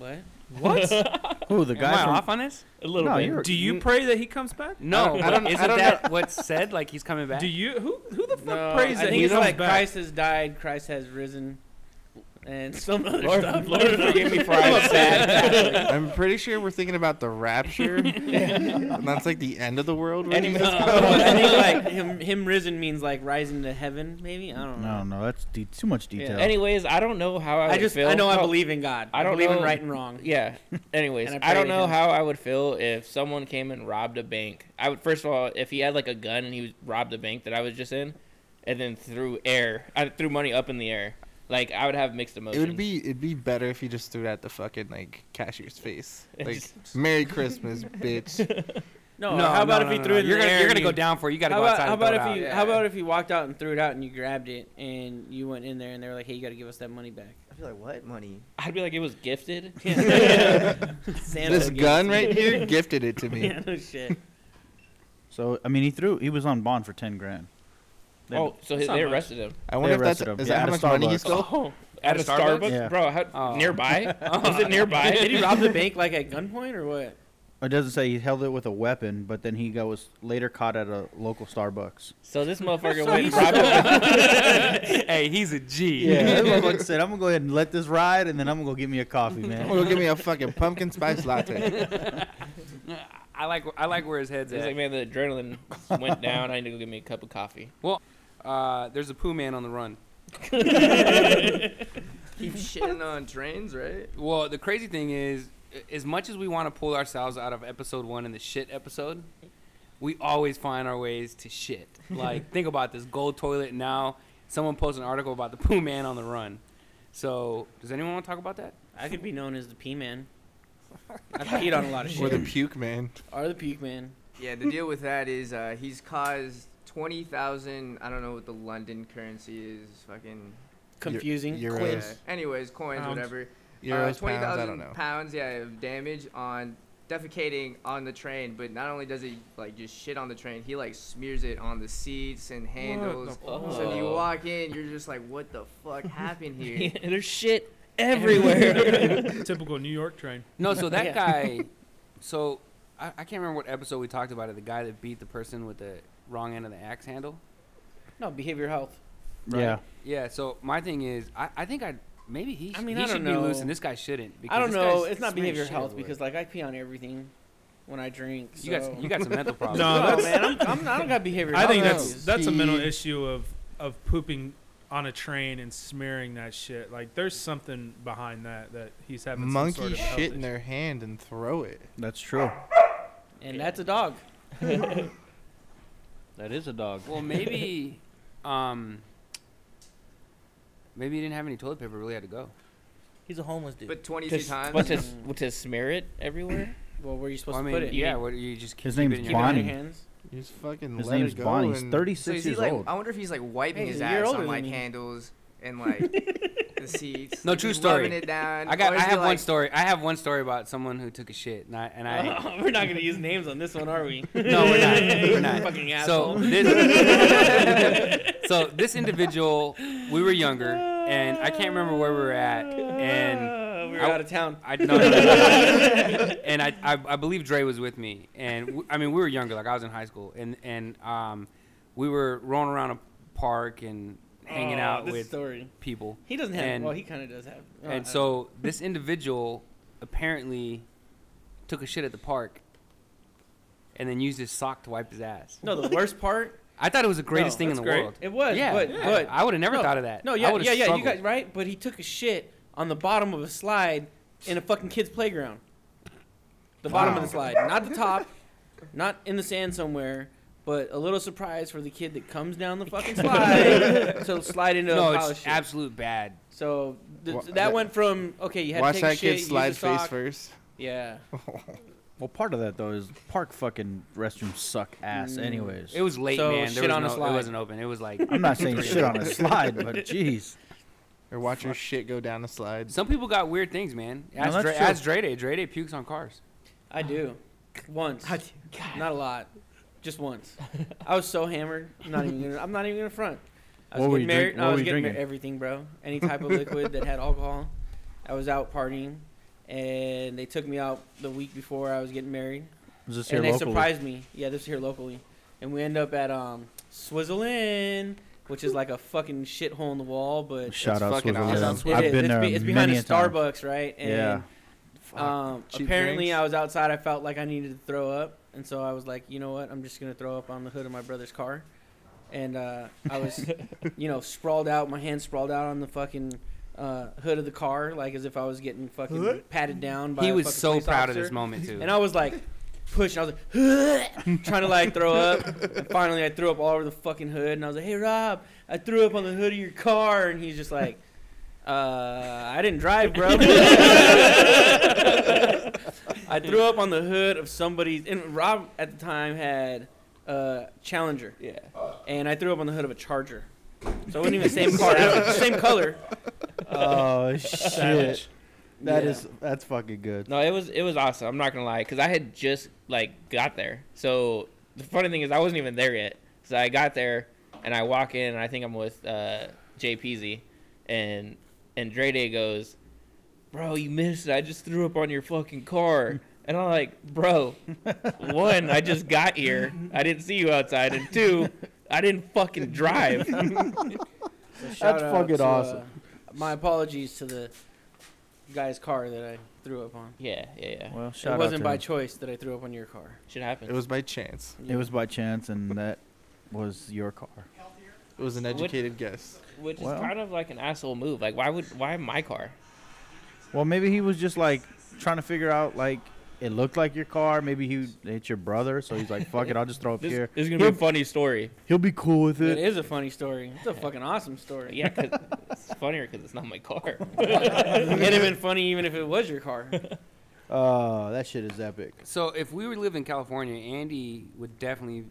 What?
what?
Who the
Am I
guy from?
off on this?
A little
No,
bit.
you're-
Do you pray that he comes back?
No,
I don't-
but
I
isn't
don't know.
that what's said? Like he's coming back.
Do you? Who? Who the fuck
No,
prays
Uh, I
that
think
he
it's
comes
like
back?
Christ has died, Christ has risen, and some other
Lord,
stuff.
Lord forgive me for
I'm
I
a bad
said.
Catholic.
I'm pretty sure we're thinking about the rapture, and that's like the end of the world.
And he-
right?
I think like him, him risen means like rising to heaven, maybe. I don't know.
No, no, that's de- too much detail.
Anyways, I don't know how I.
I
Would
just
feel.
I know I
Oh,
believe in God.
I
I
don't
don't believe in
know-
right and wrong.
Yeah. Anyways,
And I
I, don't
pray to
know
him.
how I would feel if someone came and robbed a bank. I would first of all, if he had like a gun and he was, robbed the bank that I was just in, and then threw air, I threw money up in the air. Like I would have mixed
It
emotions.
would be it'd be better if you just threw it at the fucking like cashier's face.
It
Like
just-
Merry Christmas, bitch.
No, how about if he threw it in
You're
the
gonna,
air
you're
and
gonna
you-
go down for it. You gotta
how
go
about,
outside.
how
and throw
about
it
if
out.
you
Yeah.
how about if you walked out and threw it out and you grabbed it and you went in there and they were like, hey, you got to give us that money back.
I'd be like, what money?
I'd be like, it was gifted.
Santa
this
gave
gun
it to
right
me.
here gifted it to me.
Yeah, no shit.
So I mean, he threw. He was on bond for ten grand. They-
oh, so
That's
they
not much.
arrested him.
I wonder if
They
that's
arrested him.
is
Yeah,
that how
at
much
a
money he
Starbucks.
stole?
Oh, at,
At
a
a
Starbucks,
Yeah.
bro? How,
Oh.
Nearby? was it nearby?
Did he rob the bank like at gunpoint or what?
It doesn't say he held it with a weapon, but then he got, was later caught at a local Starbucks.
So this motherfucker went and robbed a
hey, he's a G.
Yeah, that motherfucker said, "I'm gonna go ahead and let this ride, and then I'm gonna go get me a coffee,
I'm
man."
gonna go give me a fucking pumpkin spice latte.
I like I like where his head's
It's
at.
like, man, the adrenaline went down. I need to go get me a cup of coffee.
uh, there's a poo man on the run.
Keep shitting on trains, right?
Well, the crazy thing is, a- as much as we want to pull ourselves out of episode one in the shit episode, we always find our ways to shit. Like think about this gold toilet. Now someone posts an article about the poo man on the run. So does anyone want to talk about that?
I could be known as the P man. I peed on a lot of
or
shit.
the puke man.
Or the puke man.
Yeah, the deal with that is uh, he's caused twenty thousand. I don't know what the London currency is. Fucking
Confusing.
Euros,
coins. Anyways, coins,
Pounds.
whatever.
euros,
uh, twenty
pounds. I don't
thousand
know.
pounds, yeah, of damage on defecating on the train. But not only does he like just shit on the train, he like smears it on the seats and handles. So when you
Oh.
walk in, you're just like, what the fuck happened here?
There's shit everywhere.
Typical New York train.
No, so that
Yeah.
guy. So I, I can't remember what episode we talked about it. The guy that beat the person with the wrong end of the axe handle.
No, behavior health.
Yeah,
Yeah. So my thing is, I, I think I maybe he. sh-
I mean,
he
I
should
don't
be
know.
loose and this guy shouldn't.
I don't
this guy's
know. It's not
smearing
behavior
shit
health
everywhere.
because like I pee on everything when I drink. So.
you got you got some mental problems.
No,
No,
that's-
man, I'm, I'm, I don't got behavior.
I think
health
that's
issues.
that's a mental
He-
issue of of pooping on a train and smearing that shit. Like there's something behind that that he's having
Monkey
some sort of health
shit in
issue.
their hand and throw it.
that's true.
and that's a dog.
That is a dog.
Well, maybe, um, maybe he didn't have any toilet paper. Really had to go.
He's a homeless dude.
But 22
Just,
times.
but to, but to smear it everywhere?
Well, where are you supposed
Well, I
to
mean,
put it?
yeah. What you just
His
keep it
name's
in
Keep
your
it in your
Bonnie.
hands.
You just fucking
His
let
name's
it go
Bonnie. He's
and-
36
so is he
years
like?
old.
I wonder if he's like wiping
Hey,
his
you're
ass
older
on
than
like
me.
handles and like the seats.
No,
Like,
true
just rubbing
story.
It down.
I got.
Or
I
is he,
have one
like-
story. I have one story about someone who took a shit, and I and I.
we're not gonna use names on this one, are we?
No, we're not. We're not.
Fucking
so
asshole.
this. so this individual, we were younger, and I can't remember where we were at, and
Uh, we
You're
were out
out of town.
I no, no, no, no. and I, I I believe Dre was with me, and w- I mean we were younger, like I was in high school, and and um, we were rolling around a park and hanging
Oh,
out
this
with
Story.
people,
He doesn't have.
And-
well, he kind of does have. oh,
and
I-
so this individual apparently took a shit at the park, and then used his sock to wipe his ass.
no, the worst part.
I thought it was the greatest
No,
thing in
that's
the
great.
world.
It was,
yeah,
but
I-
but
I, would have never
no,
thought of that.
no,
I
yeah,
would've
yeah, yeah. You
struggled.
guys right, but he took a shit on the bottom of a slide in a fucking kid's playground. The bottom of the slide, not the top, not in the sand somewhere. But a little surprise for the kid that comes down the fucking slide to slide into
No,
a pile of
it's
shit.
absolute bad.
so th-
Wha-
that,
that-
went from okay, you had
Watch
to take a
that
shit,
kid
use a
slide face
sock.
first.
Yeah,
Well, part of that though is park fucking restrooms suck ass,
Mm.
anyways.
It was late,
So,
man. There
shit
was
on a
no-
slide.
It wasn't open. It was like
I'm not saying
three
shit on a
minutes.
slide, but jeez.
Or watch your shit go down a slide.
Some people got weird things, man.
No,
Ask,
that's
Dre,
true.
ask Dre Day. Dre Day pukes on cars.
I do. Once, not a lot, just once. I was so hammered. I'm not even. Gonna, I'm not even gonna front. I was
What were
getting
you
married.
drink-
no,
what
I
were
was
you
getting mar-
drinking?
everything, bro. Any type of liquid that had alcohol. I was out partying, and they took me out the week before I was getting married,
Was this
and they
here locally?
surprised me. Yeah, this is here locally, and we end up at um Swizzle Inn, which is like a fucking shithole in the wall, but.
Shout
It's
out
fucking
Swizzle
It is.
awesome.
Inn. I've
It's
been
be-
there
it's behind
many
a
a time.
Starbucks, right? And
Yeah.
um,
Cheap
apparently,
drinks.
I was outside. I felt like I needed to throw up, and so I was like, you know what? I'm just gonna throw up on the hood of my brother's car. And uh, I was, you know, sprawled out. My hands sprawled out on the fucking uh, hood of the car, like as if I was getting fucking patted down by.
He
a
was
fucking
so
police
proud of
officer.
this moment too.
And I was like, pushing. I was like, trying to like throw up. And finally, I threw up all over the fucking hood. And I was like, hey, Rob, I threw up on the hood of your car. And he's just like, uh, I didn't drive, bro. I threw up on the hood of somebody's. And Rob at the time had uh, Challenger.
yeah.
And I threw up on the hood of a Charger. So it wasn't even the same car. It was the same color.
Oh shit! That
Yeah.
is that's fucking good.
No, it was it was awesome. I'm not gonna lie, because I had just like got there. So the funny thing is, I wasn't even there yet. So I got there and I walk in, and I think I'm with uh, JPZ, and and Dre Day goes, "Bro, you missed it. I just threw up on your fucking car." And I'm like, "Bro, one, I just got here. I didn't see you outside, and two, I didn't fucking drive."
So shout out
fucking
to,
awesome.
uh, my apologies to the guy's car that I threw up on.
Yeah, yeah, yeah.
Well, shout
it
out
wasn't
to
by
him.
choice that I threw up on your car.
Should
It
happen.
was by chance.
It was by chance, and that was your car.
It was an
What-
educated guess.
Which is
Well.
kind of like an asshole move. Like, why would why my car?
Well, maybe he was just like trying to figure out like it looked like your car. Maybe he it's your brother, so he's like, "Fuck it, I'll just throw up
This,
here.
this is gonna be a funny story.
He'll be cool with
It
it."
is a funny story. It's a fucking awesome story.
Yeah, 'cause it's funnier because it's not my car.
It'd have been funny even if it was your car.
Oh, that shit is epic.
so if we were living in California, Andy would definitely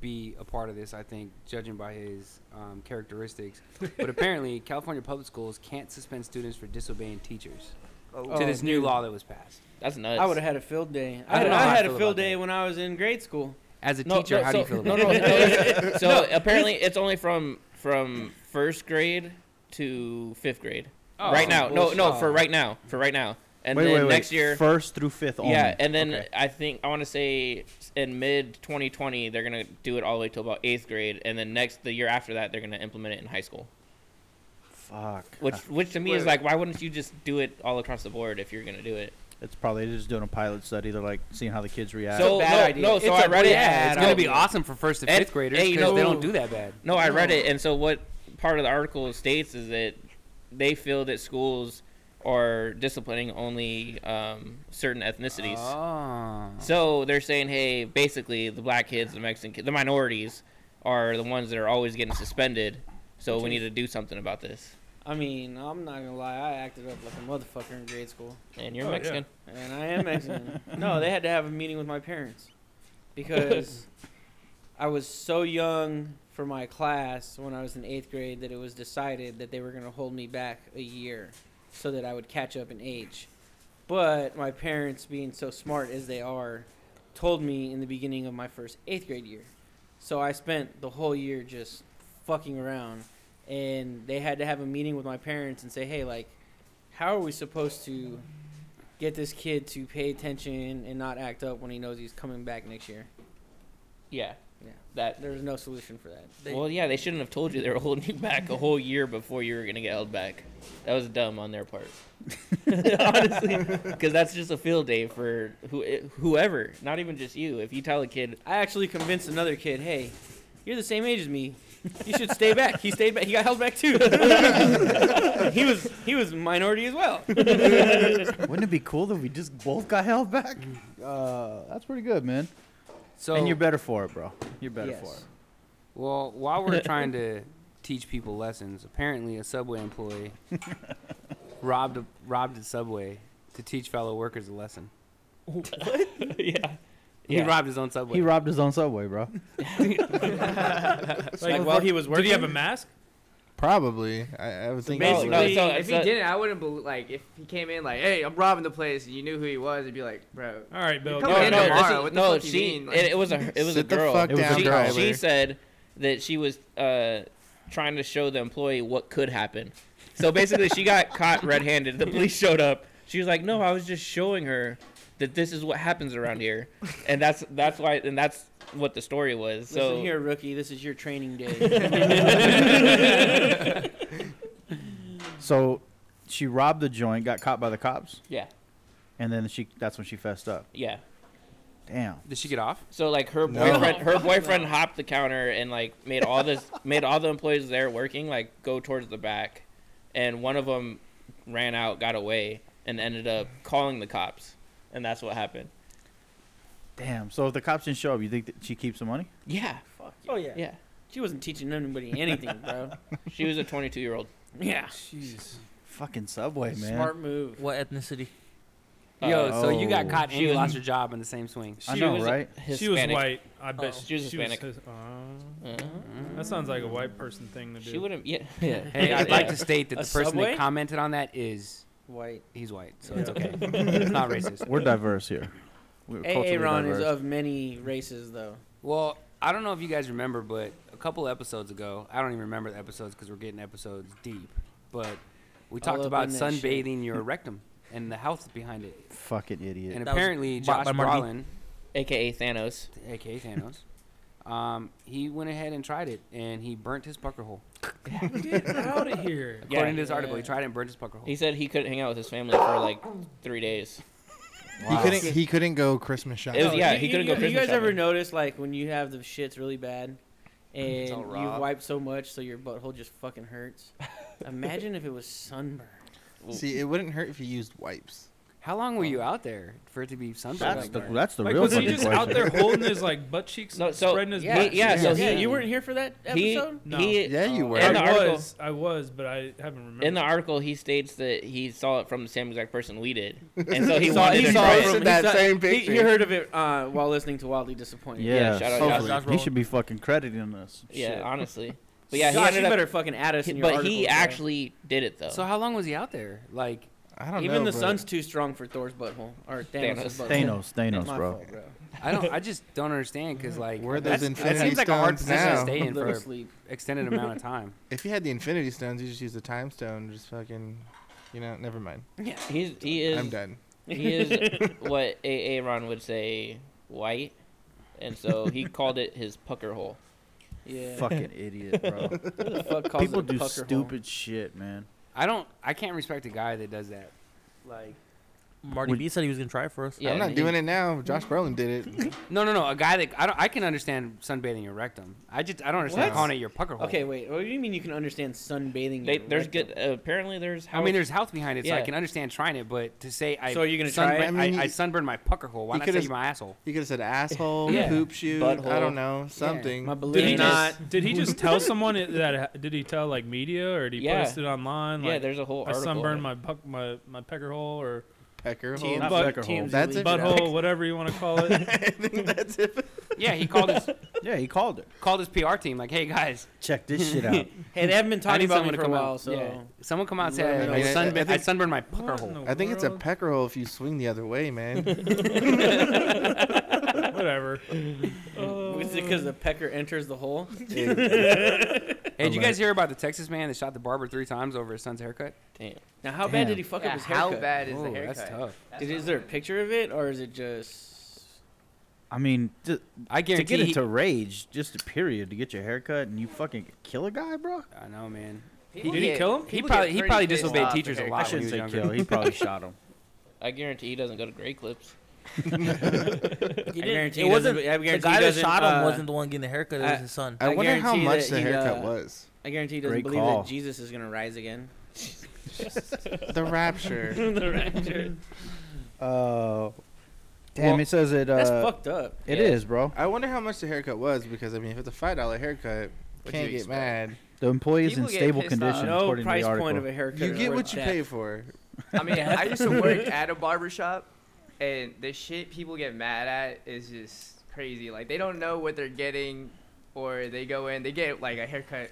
be a part of this. I think, judging by his um, characteristics. But apparently, California public schools can't suspend students for disobeying teachers to
Oh,
this new
dude.
law that was passed.
That's nuts.
I would have had a field day. I,
I don't know
I
how I
had
feel
a field
about
day
that.
when I was in grade school.
As a
No,
teacher,
no,
how do you
so-
feel
no,
about
no,
that?
no, it's- So apparently, it's only from from first grade to fifth grade.
Oh,
right now, no, no,
bullshit.
for right now, for right now, and
wait,
then
wait, wait.
next year,
first through fifth. Only.
yeah, and then
Okay.
I think I want to say in mid 2020 they're gonna do it all the way to about eighth grade, and then next the year after that they're gonna implement it in high school.
fuck, Ah,
Which, which to me is
Wait.
like, why wouldn't you just do it all across the board if you're gonna do it?
it's probably they're just doing a pilot study. They're like seeing how the kids react.
So
bad
no,
idea.
no, so
It's
I
a
read it.
bad
It's gonna be
idea.
awesome for first to
And-
fifth graders
hey,
because
you
they
know-
don't do that bad.
No, I read it, and so what part of the article states is that they feel that schools are disciplining only um, certain ethnicities.
Oh.
So they're saying, hey, basically the black kids, the Mexican kids, the minorities are the ones that are always getting suspended. So we need to do something about this.
I mean, I'm not gonna lie. I acted up like a motherfucker in grade school,
And you're
Oh, yeah.
Mexican.
and I am Mexican. no, they had to have a meeting with my parents because I was so young for my class when I was in eighth grade that it was decided that they were gonna hold me back a year so that I would catch up in age. But my parents, being so smart as they are, told me in the beginning of my first eighth grade year. So I spent the whole year just fucking around. And they had to have a meeting with my parents and say, hey, like, how are we supposed to get this kid to pay attention and not act up when he knows he's coming back next year?
Yeah.
Yeah.
That.
There was no solution for that.
well, yeah, they shouldn't have told you they were holding you back a whole year before you were going to get held back. That was dumb on their part. Honestly, because that's just a field day for who, whoever, not even just you. If you tell a kid,
I actually convinced another kid, hey, you're the same age as me. You should stay back. He stayed back. He got held back too. he was he was minority as well.
Wouldn't it be cool that we just both got held back?
Mm.
Uh, that's pretty good, man.
So
and you're better for it, bro. You're better
Yes.
for it.
Well, while we're trying to teach people lessons, apparently a subway employee robbed a, robbed a subway to teach fellow workers a lesson.
yeah,
He
Yeah.
robbed his own subway.
He robbed his own subway, bro.
Like,
Like, while he was
did
working.
he have a mask?
Probably. I, I would think.
Basically-
so.
no, so-
if he
so-
didn't, I wouldn't believe. Like, if he came in like, "Hey, I'm robbing the place," and you knew who he was, it'd be like, "Bro,
All right, Bill.
Come
go
on,
no,
ahead.
in
no,
tomorrow.
this is-
What the
no.
fuck you
She,
mean? Like-
it, it was a, it was a
Sit the
girl.
fuck
It was a down,
she,
driver.
she said that she was uh, trying to show the employee what could happen. So basically, she got caught red-handed. The police showed up. She was like, "No, I was just showing her that this is what happens around here," and that's that's why, and that's what the story was.
Listen
So
here, rookie. This is your training day.
So she robbed the joint, got caught by the cops,
yeah,
and then she that's when she fessed up.
yeah.
Damn.
Did she get off?
So like her
No.
boyfriend, her boyfriend hopped the counter and like made all this, made all the employees there working like go towards the back, and one of them ran out, got away, and ended up calling the cops, and that's what happened.
Damn. So if the cops didn't show up, you think that she keeps the money?
Yeah,
Fuck yeah. Oh yeah.
yeah.
She wasn't teaching anybody anything, bro.
She was a 22 year old.
yeah.
Jeez.
Fucking subway, man.
Smart move.
What ethnicity?
Yo,
Uh,
so you got
Oh.
caught and
She
you
was-
lost your job in the same swing.
I
she
know,
was
right?
Hispanic.
She was white. I bet
Oh.
she,
She was
she
Hispanic.
his- uh,
Uh,
that sounds like a white person thing to do.
she wouldn't. Yeah. yeah.
Hey, I'd
yeah.
like to state that
A
the person
Subway?
that commented on that is
White.
he's white, so it's okay. it's not racist.
We're diverse here. We're culturally
Aaron is
diverse.
of many races, though.
Well, I don't know if you guys remember, but a couple episodes ago, I don't even remember the episodes because we're getting episodes deep, but we
All
talked
up
about
in that shit.
sunbathing your rectum and the health behind it.
Fucking idiot.
And
That was
apparently,
bought
Josh
by Marty.
Brolin,
AKA Thanos.
aka Thanos, um, he went ahead and tried it, and he burnt his pucker hole.
Get out of here.
Yeah.
According to this article, he tried it and burnt his pucker hole.
He said he couldn't hang out with his family for like three days.
He couldn't. He couldn't go Christmas
It
shopping.
was- yeah, he couldn't go
You guys
Christmas
ever
shopping.
notice like when you have the shits really bad, and
all
you
raw.
wipe so much so your butthole just fucking hurts? Imagine if it was sunburn.
See, it wouldn't hurt if you used wipes.
How long were you out there for it to be sunburned?
that's
like
the
that?
that's the
Like,
real
was
fucking
he just
question.
out there holding his like butt cheeks,
No, so-
spreading his
yeah,
butt?
yeah, so he-
you weren't here for that
He,
episode.
No.
he,
Yeah, you were.
in
I
the article-
was, I was, but I haven't remembered.
Mm-hmm.
In the article, he states that he saw it from the same exact person we did, and so he
He
saw-
wanted
he
to
saw
try
it
it.
from-
That
he saw-
same
he- He,
picture.
heard of it uh, while listening to Wildly Disappointed.
yeah,
Yeah, shout out
fuck.
Josh
he should be fucking crediting us.
Yeah,
Shit.
honestly. But yeah,
Josh,
he
you
ended
better
up.
fucking add us in your
But he
articles, bro.
actually did it though.
So how long was he out there? Like,
I don't
even
know,
the
bro.
sun's too strong for Thor's butthole or Thanos'
Thanos.
butthole.
Thanos, Thanos,
My
bro.
fault, bro.
I don't, I just don't understand because like
Where are
that's-
those Infinity
that seems like a hard
Stones
position to
now?
stay in
Little
for
sleep.
extended amount of time.
If you had the Infinity Stones, you just use the Time Stone. Just fucking, you know. Never mind.
He's he is
I'm done.
he is what A. Ron would say white, and so he called it his pucker hole.
Yeah.
Fucking idiot, bro.
Who the fuck calls
People
it a
do
pucker hole?
stupid shit, man.
I don't. I can't respect a guy that does that. Like,
Marty
Would-
B said he was gonna try it for us.
Yeah,
I'm not
and-
doing it now. Josh Brolin did it.
No, no, no. A guy that I don't. I can understand sunbathing your rectum. I just I don't understand
What?
calling it your pucker hole.
Okay, wait. What do you mean you can understand sunbathing?
They,
your
there's
rectum?
good. apparently, there's.
I mean, there's health behind it, so I
Yeah.
can understand trying it. But to say I
So are you gonna try
sunburn,
it?
I mean,
I, I
you-
sunburned my pucker hole. Why
you
not
could've-
say my asshole?
You could have said asshole,
Yeah.
poop shoot. I
Butthole.
don't know something.
My
Did
balloon.
he
is-
just did he just tell someone it- that? Did he tell like media or did he
Yeah.
post it online?
yeah,
Like,
there's a whole
I
article.
sunburned my puck, my my pecker hole or
Pecker hole.
Team-
Not
but-
pecker hole.
teams
That's
elite.
it.
butthole, Oh, whatever you want to call it.
I think that's it.
Yeah, he called his
Yeah, he called it.
called his PR team like, hey guys,
Check this shit out.
Hey, they haven't been
I
talking
need
about
someone to
me for a
come
while,
out.
so
Yeah. Someone come out and say
Let
me
I,
know.
sunba-
I- I think-
I sunburned my pucker
What in
hole.
the
I think it's a
world?
pecker hole if you swing the other way, man.
whatever.
is it because the pecker enters the hole?
Hey, did you guys hear about the Texas man that shot the barber three times over his son's haircut?
Damn.
Now, how bad
Damn.
did he fuck
Yeah,
up his
how
haircut?
bad is the
Whoa,
haircut?
that's tough.
Did, is there a picture of it, or is it just?
I mean, to,
I
to
guarantee.
get
he-
into rage, just a period to get your hair cut and you fucking kill a guy, bro.
I know, man.
People
Did he
get-
kill him?
He
He
people
probably
get
he
pretty
probably
pissed
disobeyed
off
teachers a
if
lot
I
when he
shouldn't
was
say
younger.
kill. He probably shot him.
I guarantee he doesn't go to Great Clips.
I
didn't-
guarantee
it
he doesn't-
wasn't-
I guarantee
the
he
guy that
doesn't,
shot him
uh,
wasn't the one getting the haircut. It
I-
was his son.
I,
I
wonder how
guarantee
much
that
the
he'd,
haircut
uh,
was.
I guarantee he doesn't
Great
believe
call.
that Jesus is gonna rise again.
The rapture.
Oh. Damn,
Well,
it says it. Uh,
That's fucked up.
It
Yeah.
is, bro.
I wonder how much the haircut was because I mean, if it's a five dollar haircut,
What'd
can't
you
get
expect?
mad.
The employee is
People
in
get
stable
pissed off.
condition,
No
according to
price
the article.
point of a haircut.
You
is
get
worth
what you
that.
pay for.
I mean, I used to work at a barber shop, and the shit people get mad at is just crazy. Like they don't know what they're getting, or they go in, they get like a haircut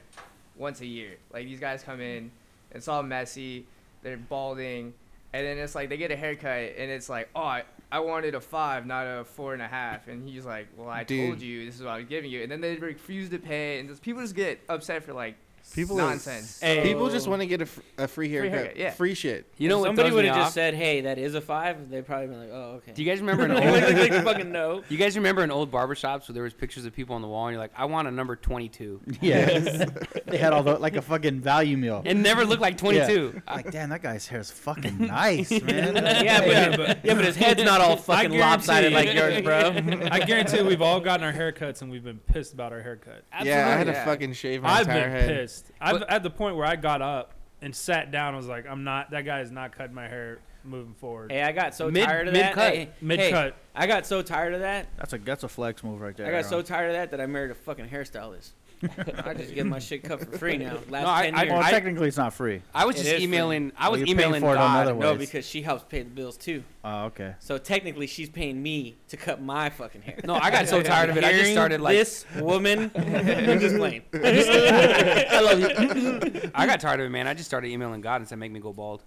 once a year. Like these guys come in, it's all messy, they're balding, and then it's like they get a haircut, and it's like, oh, I, I wanted a five, not a four and a half, and he's like, well, I
Dude.
told you this is what I was giving you, and then they refuse to pay, and just, people just get upset for like
People are
nonsense.
Hey.
People just want to get a, fr- a free haircut, free,
haircut, yeah.
shit.
You know
if
what?
somebody
throws
would
me
have just
off?
said, "Hey, that is a five, They'd probably been like, "Oh, okay."
Do you guys remember an
They would've
old?
been like, fucking no.
You guys remember in old barbershops where there was pictures of people on the wall and you're like, I want a number 22.
Yes. they had all the like a fucking value meal.
It never looked like 22.
Like, damn, that guy's hair is fucking nice,
Yeah,
man.
but
Yeah, but
Yeah, but his head's not all fucking
guarantee-
lopsided like yours, bro.
I guarantee we've all gotten our haircuts and we've been pissed about our haircut.
Yeah, I had
Absolutely,
to
yeah.
fucking shave my
I've
entire
been
head.
pissed. I've
But-
at the point where I got up and sat down. I was like, I'm not. That guy is not cutting my hair moving forward.
Hey, I got so
Mid-
tired of
mid-cut.
that. Hey,
Mid
hey,
cut.
I got so tired of that.
That's a that's a flex move right there.
I got so
Aaron.
tired of that that I married a fucking hairstylist. I just get my shit cut for free now. Last
No, I-
ten
I-
years.
well,
I-
technically, it's not free.
I was
It
just
is free.
emailing. I
Well,
was
you're paying
emailing
for it on
God.
another
no,
ways.
because she helps pay the bills too.
Oh, okay.
So technically, she's paying me to cut my fucking hair.
No, I got so tired of it. I just
Hearing
started like
this woman. I'm just playing. I love you.
I got tired of it, man. I just started emailing God and said, "Make me go bald."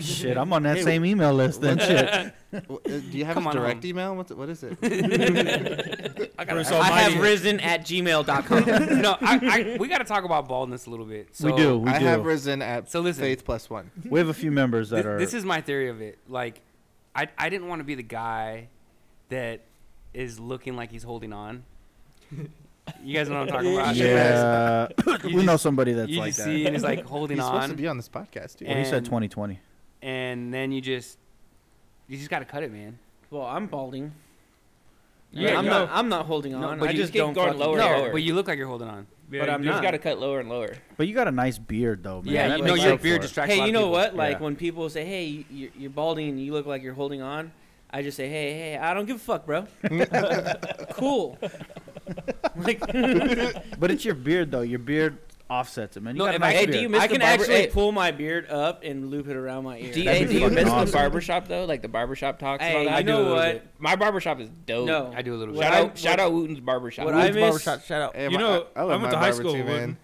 Shit, I'm on that same email list then. Shit.
W- uh, Do you have
Come
his
on
direct
home.
email? What's it- what is it?
I, got
Bruce
I have
Almighty.
risen at gmail.com.
no, I, I, we got to talk about baldness a little bit. So,
we do. We
I
do.
have risen at
So listen.
faith plus one.
we have a few members
Thi-
that are.
This, is my theory of it. Like, I I didn't want to be the guy that is looking like he's holding on. You guys know what I'm talking about.
yeah. we
You
know
just-
somebody that's
You
like
just see,
that.
and he's like holding
He's supposed
on,
to be on this podcast, dude.
Well, he said
and-
2020.
and then you just you just got to cut it, man.
well, I'm balding.
Yeah,
I'm,
you
not, I'm not holding
No,
on.
but
I
you
just
keep
don't
going
fucking-
lower.
No,
and
But you look like you're holding on.
Yeah,
but I'm
you
You
not.
just got to cut lower and lower.
But you got a nice beard though, man.
yeah,
That
you know
makes
your
up
beard
for it.
distracts. a
Hey,
lot
you
of
know
people.
what? Like
Yeah.
when people say, "Hey, you- you're, you're balding and you look like you're holding on," I just say, "Hey, hey, I don't give a fuck, bro." cool. Like,
But it's your beard though. Your beard offsets it, man. You
No,
got a
if
nice
I-
hey,
beard.
do you miss
I
the
can
barber?
actually-
hey, pull my beard up and loop it around my ear.
Do you,
That'd
hey,
be
do you
fucking
miss
awesome.
the barbershop though? Like the barbershop talks and all
hey,
that?
you know
little
what?
bit.
My barbershop is dope.
No,
I do a little
Shout
bit.
What
out,
I-
shout out Wooten's barbershop.
what I
Woods
miss-
Barbershop, shout out.
Hey,
You
my-
know, I,
love
went
my
to high
barber
school
too,
with him.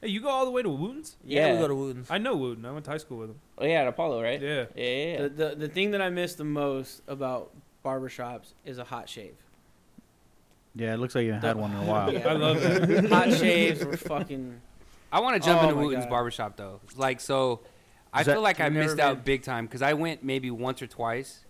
Hey, you go all the way to Wootens?
Yeah, we
Yeah.
go to Wooten's.
I know Wooten. I went to high school with him.
oh yeah, at Apollo, right? Yeah,
Yeah.
yeah, yeah.
The, the the thing that I miss the most about barbershops is a hot shave.
Yeah, it looks like you haven't had one in a while.
Yeah.
I love that.
hot shaves were fucking.
I want to jump
Oh
into
my
Wooten's
God.
barbershop though. Like so, I
Is that-
feel like I
You've never
missed out
been?
big time because I went maybe once or twice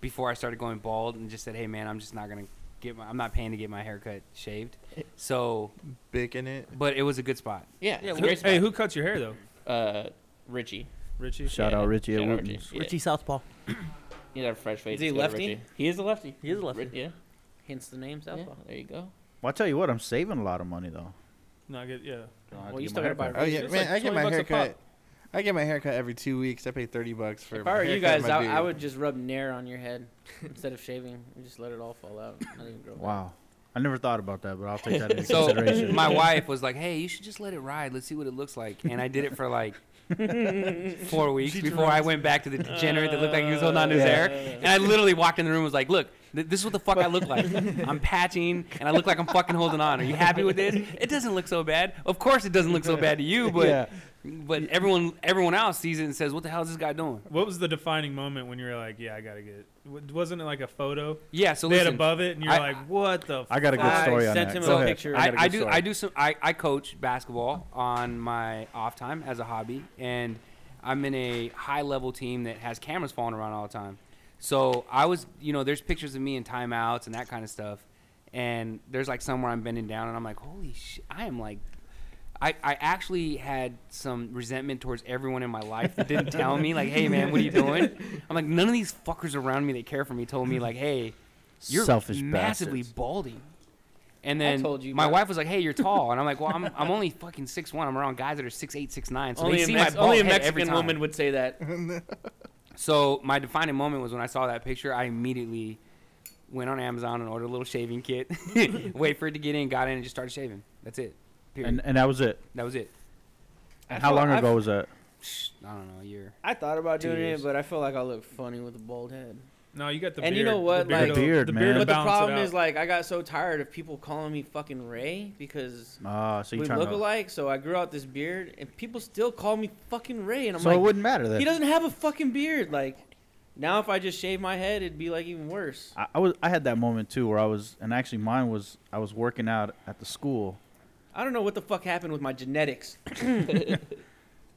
before I started going bald and just said, "Hey man, I'm just not gonna get my. I'm not paying to get my haircut shaved." So,
Big in it.
but it was a good spot.
yeah,
Yeah,
it's a great
Hey,
spot.
who cuts your hair though?
Uh, Richie.
Richie.
Shout out Richie
Shout out
Edwards.
Richie. Yeah.
Richie Southpaw.
He's our fresh face.
Is he
Let's go to
lefty?
Richie. He is a lefty.
He is a lefty.
Ri- Yeah.
Hence the name
yeah.
Southpaw.
There you go.
Well, I tell you what, I'm saving a lot of money though.
Not good. Yeah.
I have
Well,
to
you
get
still
my
gotta buy
haircut.
Oh yeah,
It's
man!
like
I get
20
my
bucks a
haircut. I get my haircut every two weeks. I pay thirty bucks for.
If
my
I were you
haircut and
guys,
my
I, I
beard.
would just rub Nair on your head instead of shaving and just let it all fall out. Not even grow. back.
Wow, I never thought about that, but I'll take that into
So
consideration.
my wife was like, "Hey, you should just let it ride. Let's see what it looks like." And I did it for like four weeks before I went back to the degenerate that looked like he was holding on to his
Yeah.
hair. And I literally walked in the room and was like, "Look, th- this is what the fuck I look like. I'm patching and I look like I'm fucking holding on. Are you happy with this? It doesn't look so bad. Of course, it doesn't look so bad to you, but
yeah.
but everyone everyone else sees it and says, "What the hell is this guy doing?"
What was the defining moment when you were like, yeah, I gotta get? w- Wasn't it like a photo
Yeah. So
they had
listen,
above it, and you're
I-
like, what the?
I got a good
I
story on
sent
that.
him
Go
a
ahead.
picture.
got
I,
a
I
good
do
story.
I do some I, I coach basketball on my off time as a hobby and I'm in a high level team that has cameras falling around all the time. So I was you know, there's pictures of me in timeouts and that kind of stuff. And there's like somewhere I'm bending down and I'm like, Holy shit I am like I, I actually had some resentment towards everyone in my life that didn't tell me like, hey man, what are you doing? I'm like, none of these fuckers around me that care for me told me like, hey, you're
Selfish
massively
bastards.
balding. And then
told you,
my
bro.
wife was like, "Hey, you're tall," and I'm like, "Well, I'm, I'm only fucking six one. I'm around guys that are six eight, six nine, so
only,
they
a
see
Mex-
my bald
only a
head every
Mexican
time."
woman would say that.
So my defining moment was when I saw that picture. I immediately went on Amazon and ordered a little shaving kit. Wait for it to get in, got in, and just started shaving. That's it. Period.
And, and that was it.
that was it.
And how long ago was that?
Psh, I don't know. A year.
I thought about
Two
doing
years.
it, but I feel like I look funny with a bald head.
No, you got the.
And
beard.
you know what,
The beard,
like-
will-
The beard,
the
man.
beard will
But the
balance it
problem
out.
is, like, I got so tired of people calling me fucking Ray because
Ah, so you
we
trying
look
to?
alike. So I grew out this beard, and people still call me fucking Ray, and I'm
so it
like,
wouldn't matter then.
he doesn't have a fucking beard. Like, now if I just shave my head, it'd be like even worse.
I, I was I had that moment too where I was and actually mine was I was working out at the school.
I don't know what the fuck happened with my genetics.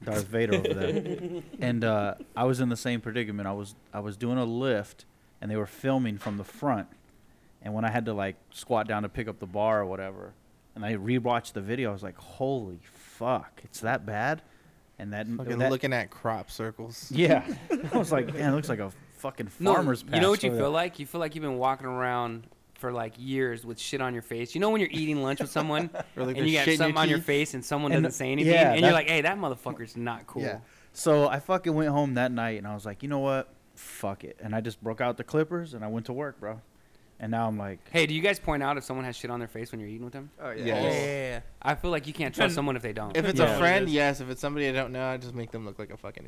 Darth Vader over there. and uh, I was in the same predicament. I was I was doing a lift and they were filming from the front. And when I had to like squat down to pick up the bar or whatever, and I rewatched the video, I was like, "Holy fuck, it's that bad!" And that,
Fucking
that
looking at crop circles.
yeah, I was like, "Man, it looks like a fucking farmer's."
You know what
patch
you
over
feel like? You feel like you've been walking around for like years with shit on your face. You know when you're eating lunch with someone
Or like
and you
there's
got
shit in
something on your
teeth.
face and someone
And-
doesn't say anything
yeah,
and
that-
you're like, "Hey, that motherfucker's not cool."
Yeah.
So I fucking went home that night and I was like, you know what? Fuck it. And I just broke out the clippers and I went to work, bro. And now I'm like,
Hey, do you guys point out if someone has shit on their face when you're eating with them?
Oh yeah.
Yeah. Yes.
I feel like you can't trust someone if they don't.
If it's
Yeah.
a friend, yes. If it's somebody I don't know, I just make them look like a fucking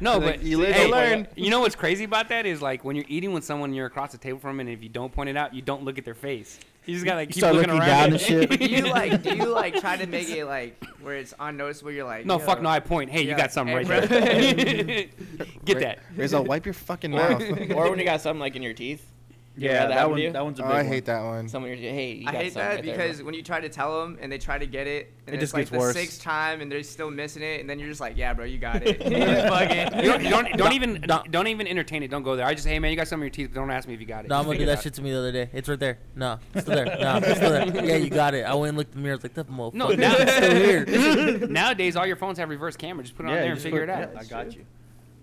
no,
Like,
but
you live
hey,
and learn.
You know what's crazy about that is like when you're eating with someone, and you're across the table from them, and if you don't point it out, you don't look at their face. You just gotta like,
You
keep
start
looking,
looking
around.
down and shit.
Do you like? Do you like try to make it like where it's unnoticeable? You're like,
no,
yo,
fuck no, I point. Hey, you
Yeah.
got something right
Hey,
there. Get
Ra-
that.
Rizzo, wipe your fucking mouth.
Or, or when you got something like in your teeth. You ever
yeah,
had
that,
happen to
one,
you?
that one's a
oh,
big
I
one.
hate that one.
Someone in your teeth. Hey, you
I
got
hate
something
that
right there, bro.
because when you try to tell them and they try to get it, and
It
it's
just
like
gets
the
worse.
sixth time and they're still missing it, and then you're just like, yeah, bro, you got it. Fuck
You
it.
don't, you don't, don't even don't, don't even entertain it. Don't go there. I just say, hey man, you got something in your teeth, but don't ask me if you got it.
No, I'm
Just
gonna
think
do
about it.
that shit to me the other day. It's right there. No, it's still there. No, it's still there. Yeah, you got it. I went and looked in the mirror. I was like, that motherfucker.
No,
No,
now-
it's still here.
Nowadays, all your phones have reverse camera. Just put it on
Yeah,
there
you
and
just
figure
put-
it out.
yeah, I got you.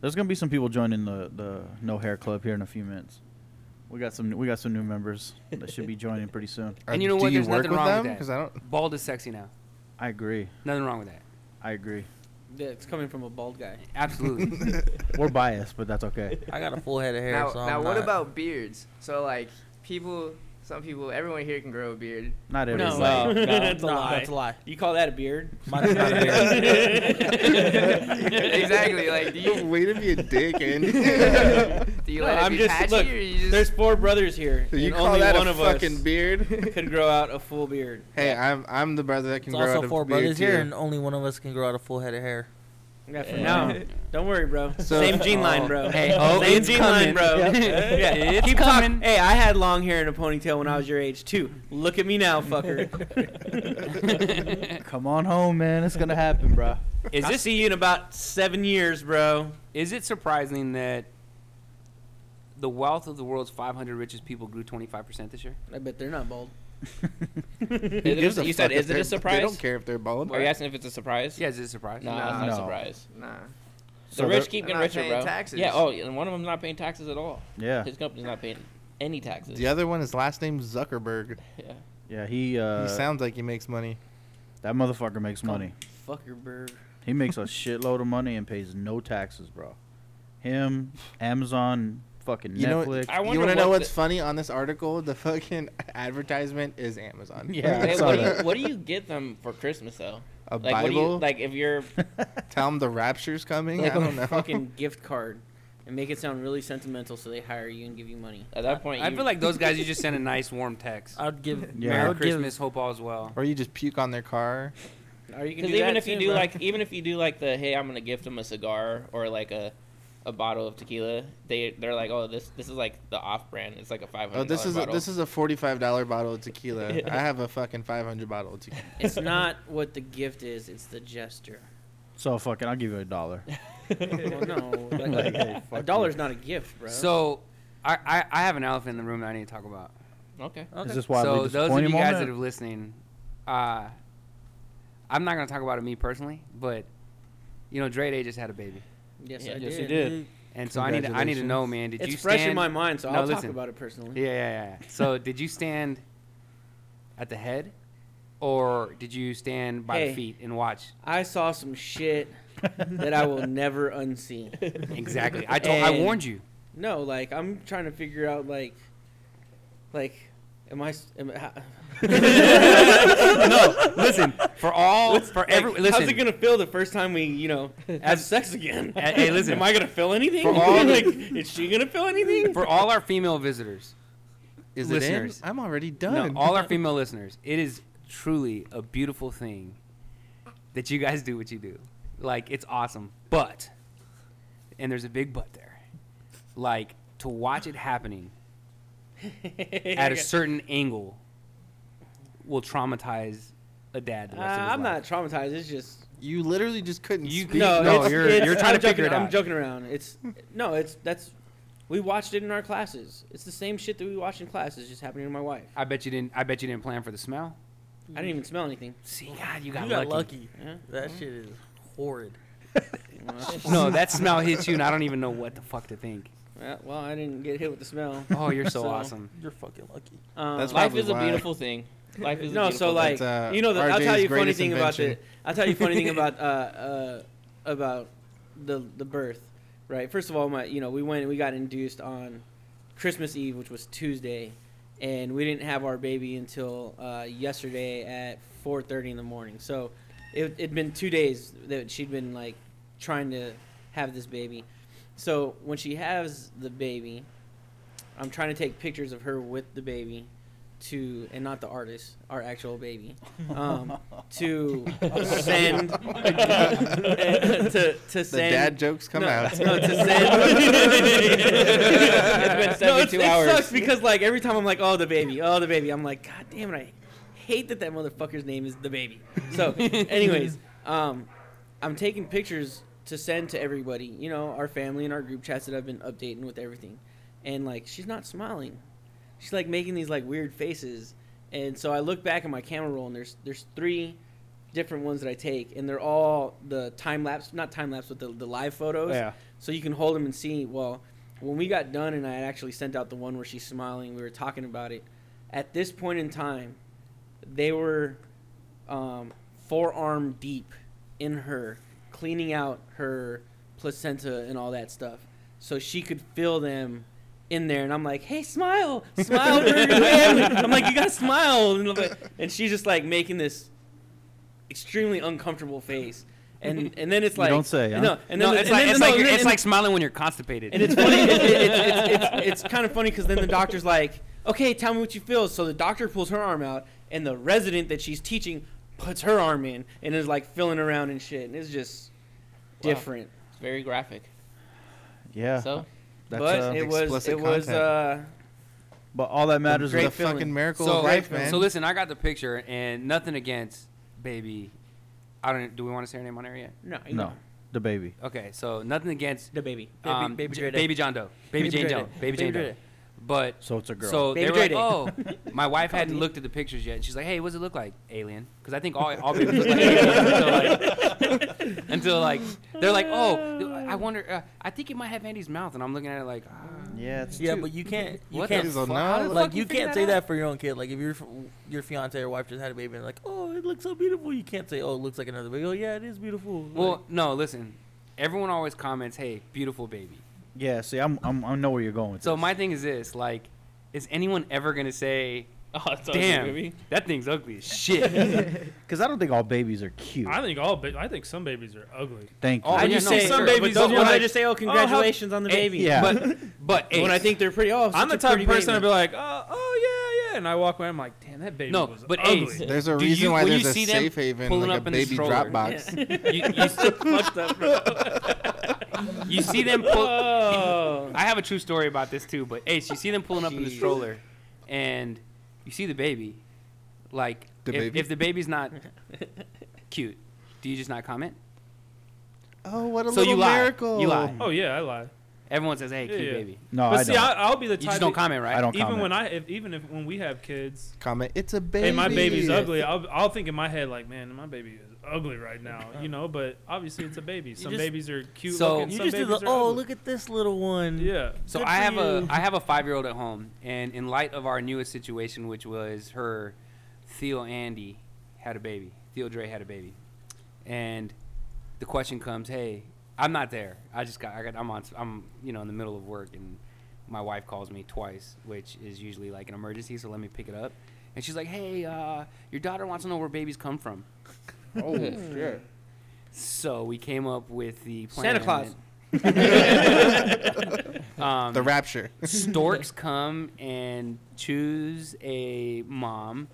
There's gonna be some people joining the, the no hair club here in a few minutes. We got some we got some new members that should be joining pretty soon.
Or
And you know what?
Uh, Do you
There's
work
nothing
with
wrong with
them?
that.
Because I don't.
Bald is sexy now.
I agree.
Nothing wrong with that.
I agree.
Yeah, it's coming from a bald guy.
Absolutely.
We're biased, but that's okay.
I got a full head of hair.
Now,
so I'm
now what
not-
about beards? So like, people, some people, everyone here can grow a beard.
Not everybody.
No,
Wow. No.
that's a
No,
lie.
that's a lie.
You call that a beard?
Mine's not a beard.
exactly. Like, do you,
Way to be a dick, Andy.
do you
No,
let it
I'm
be
just-
patchy,
look,
or you just
There's four brothers here,
you
and
call
only
that
one
a
of us
fucking beard?
could grow out a full beard.
hey, I'm I'm the brother that can
It's
grow out
also
a
four
beard
brothers
too.
here, and only one of us can grow out a full head of hair.
Yeah, for
Yeah.
now. Don't worry, bro.
So-
Same gene line, bro.
Hey, oh,
Same
it's
gene
coming.
line, bro.
Yeah, it's
Keep
coming.
talking. Hey, I had long hair and a ponytail when I was your age too. Look at me now, fucker.
Come on home, man. It's gonna happen, bro.
Is this see you in about seven years, bro?
Is it surprising that the wealth of the world's 500 richest people grew 25% this year?
I bet they're not bald.
Is it- you said, is it a Oh, surprise?
They don't care if they're bald.
Are you asking if it's a surprise?
Yeah, is it a surprise?
No, it's
No.
not a
No.
surprise.
Nah.
The
So
rich
they're-
keep
They're
getting
not
richer,
paying
bro.
taxes.
Yeah. Oh, and one of them's not paying taxes at all.
Yeah,
His company's not paying any taxes.
The other one, his last name Zuckerberg.
Yeah.
yeah. He uh,
he sounds like he makes money.
that motherfucker makes money.
Fuckerberg.
He makes a shitload of money and pays no taxes, bro. Him, Amazon, fucking
You know-
Netflix.
I
You
wonder
want to
what
know what's
the-
funny on this article? The fucking advertisement is Amazon.
Yeah,
Hey,
I
It's
saw
what, do
that.
you, what do you get them for Christmas though?
a
Like what do you
Bible.
like if you're
Tell him the rapture's coming.
Like
I don't
a
know.
fucking gift card, and make it sound really sentimental, so they hire you and give you money.
at that point?
I
you-
feel like those guys, you just send a nice warm text.
I'd give
Yeah.
Merry
I would
Christmas, hope all's well.
or you just puke on their car.
Are you
Because even if you do like, even if you do like the, hey, I'm gonna gift them a cigar or like a, a bottle of tequila. They they're like, oh, this this is like the off brand. It's like a five hundred.
Oh, this is a,
bottle.
this is a forty-five dollar bottle of tequila. I have a fucking five hundred bottle of tequila.
it's not what the gift is, it's the gesture.
So fucking, I'll give you a dollar.
well, no, like,
Like, hey,
a
fuck
dollar's not a gift, bro.
So, I, I, I have an elephant in the room that I need to talk about.
okay.
Is this wildly
so those of you
disappointing
guys that are
moment?
listening, uh, I'm not gonna talk about it me personally, but you know, Dre Day just had a baby,
yes,
Yeah,
I
yes,
did.
you did.
and so I need to, I need to know, man. Did
It's
you
fresh
stand,
in my mind, so
No,
I'll
listen.
talk about it personally.
Yeah, yeah, yeah. yeah. So did you stand at the head, or did you stand by
Hey.
the feet and watch?
I saw some shit that I will never unsee.
Exactly. I told, I
And-
warned you.
No, like I'm trying to figure out like, like, am I? s- Am I how,
no, listen. For all, for every,
like,
listen.
how's it gonna feel the first time we you know have sex again?
Hey, hey, listen.
am I gonna feel anything?
For all the-
like, is she gonna feel anything?
for all our female visitors,
Is
Listeners.
it in? I'm already
no,
done.
all our female listeners, it is truly a beautiful thing that you guys do what you do. Like it's awesome, but and there's a big but there. Like to watch it happening at a certain angle will traumatize a dad. The
uh,
rest of his
I'm
life.
not traumatized. It's just
you literally just couldn't.
You-
speak.
no.
no,
it's,
you're-
it's-
you're trying
I'm
to figure
joking,
it
I'm
out.
joking around. It's no. It's that's we watched it in our classes. It's the same shit that we watched in class. It's just happening to my wife.
I bet you didn't. I bet you didn't plan for the smell.
I didn't even smell anything.
See, God, you
You got,
got, lucky.
lucky.
Yeah.
That shit is horrid.
no, that smell hits you, and I don't even know what the fuck to think.
Well, well, I didn't get hit with the smell.
Oh, you're so
So-
awesome.
You're fucking lucky.
Um,
That's
Life
probably
is a
why.
beautiful thing. Life is a
no,
beautiful
so like
That's, uh,
you know, the, I'll
RJ's
tell you a funny
greatest
thing about the
invention.
I'll tell you a funny thing about uh, uh, about the the birth, right? First of all, my you know we went and we got induced on Christmas Eve, which was Tuesday, and we didn't have our baby until uh, yesterday at 4:30 in the morning. So it it'd been two days that she'd been like trying to have this baby. So when she has the baby, I'm trying to take pictures of her with the baby to and not the artist, our actual baby, um, to send to to
the
send.
dad jokes come
no,
out.
No, to send.
It's been
No,
72
it
hours.
sucks because like every time I'm like, oh the baby, oh the baby, I'm like, god damn it, I hate that that motherfucker's name is the baby. So, anyways, um, I'm taking pictures to send to everybody, you know, our family and our group chats that I've been updating with everything, and like she's not smiling, she's like making these like weird faces, and so I look back at my camera roll and there's there's three different ones that I take, and they're all the time lapse, not time lapse, but the, the live photos.
Yeah.
So you can hold them and see. Well, when we got done, and I had actually sent out the one where she's smiling, we were talking about it. At this point in time, they were um, forearm deep in her, cleaning out her placenta and all that stuff, so she could feel them. In there, and I'm like, "Hey, smile, smile for your family." I'm like, "You gotta smile," and, I'm like- and she's just like making this extremely uncomfortable face. And and then it's
You
like
don't say, huh?
No, and then
no,
the-
it's
and
like
then-
it's
no,
like
and
you're-
then-
it's
and-
like smiling when you're constipated.
and it's funny. it, it, it, it's, it's, it's kind of funny because then the doctor's like, "Okay, tell me what you feel." So the doctor pulls her arm out, and the resident that she's teaching puts her arm in and is like feeling around and shit, and it's just
Wow.
different.
It's very graphic.
Yeah.
So
that's,
but
uh,
it was
explicit
it was
content.
uh,
but all that matters
the
great
is the,
feeling.
fucking miracle
so,
of life, man.
so listen, I got the picture, and nothing against baby. I don't. Do we want to say her name on air yet?
no you
no
know,
the baby.
Okay, so nothing against
the baby Um,
um, J- baby John Doe, baby, Jane
Dre
Doe,
Day.
baby Jane
Dre
Doe.
Day.
But
So it's a girl.
so they
Baby
were like,
J-Day.
oh, my wife hadn't looked at the pictures yet. And she's like, hey, what's it look like, alien? Because I think all, all babies look like aliens until like, until like they're like, oh, I wonder. Uh, I think it might have Andy's mouth, and I'm looking at it like, ah.
yeah, it's
Yeah,
two.
but you can't. You
What the
can't.
He's a
fuck? How the
no.
fuck
Like you
figure
can't say
out?
that for your own kid. Like if your your fiance or wife just had a baby and like, oh, it looks so beautiful. You can't say, oh, it looks like another baby. Oh yeah, it is beautiful. Like,
Well, no, listen. Everyone always comments, "Hey, beautiful baby."
yeah. See, I'm, I'm I know where you're going with
So
this.
my thing is this: like, is anyone ever gonna say,
Oh, it's
"Damn,
Damn. Movie.
that thing's ugly as shit"?
because I don't think all babies are cute.
I think all. Ba- I think some babies are ugly.
Thank you.
Oh,
I
yeah,
just
no,
say
sure.
some
But
babies.
those
Those
were
ones I
like-
just say, oh, congratulations on the baby.
Yeah.
but but
When I
apes.
think they're pretty, oh, such
I'm the
a
type
pretty
of person to
baby.
be like, oh, oh yeah, yeah, and I walk away. I'm like, damn, that baby
No,
was
but
ugly.
Ace-
There's a
Do
reason
you-
why
when you
there's a
see them
safe haven,
pulling
like
up
a
in the
baby
stroller.
drop box.
you, you,
fucked up, bro.
you see them pull.
Oh.
I have a true story about this too, but Ace, you see them pulling up in the stroller, and you see the baby. Like,
The
if,
baby?
if the baby's not cute, do you just not comment?
Oh, what a
So
little
you lie.
miracle!
You lie.
Oh yeah, I lie.
Everyone says, "Hey,
Yeah,
cute
yeah.
baby."
no,
but
I
see,
don't.
I, I'll be the type.
You just don't
that-
comment, right?
I don't
Even
comment.
when I, if, even if when we have kids,
Comment. It's a baby.
hey, my baby's ugly. I'll, I'll think in my head like, man, my baby is ugly right now, you know. But obviously, it's a baby. Some
just-
babies are cute.
So-
looking,
you
some
just do
babies
the
are
oh
ugly."
look at this little one.
Yeah.
So
Good
I
for
have a
you.
I have a five year old at home, and in light of our newest situation, which was her, Theo Andy had a baby. Theo Dre had a baby, and the question comes, hey, I'm not there. I just got I got I'm on I'm you know in the middle of work, and my wife calls me twice, which is usually like an emergency. So let me pick it up, and she's like, hey, uh, your daughter wants to know where babies come from.
Oh shit!
So we came up with the plan.
Santa Claus.
that, um,
The rapture.
storks come and choose a mom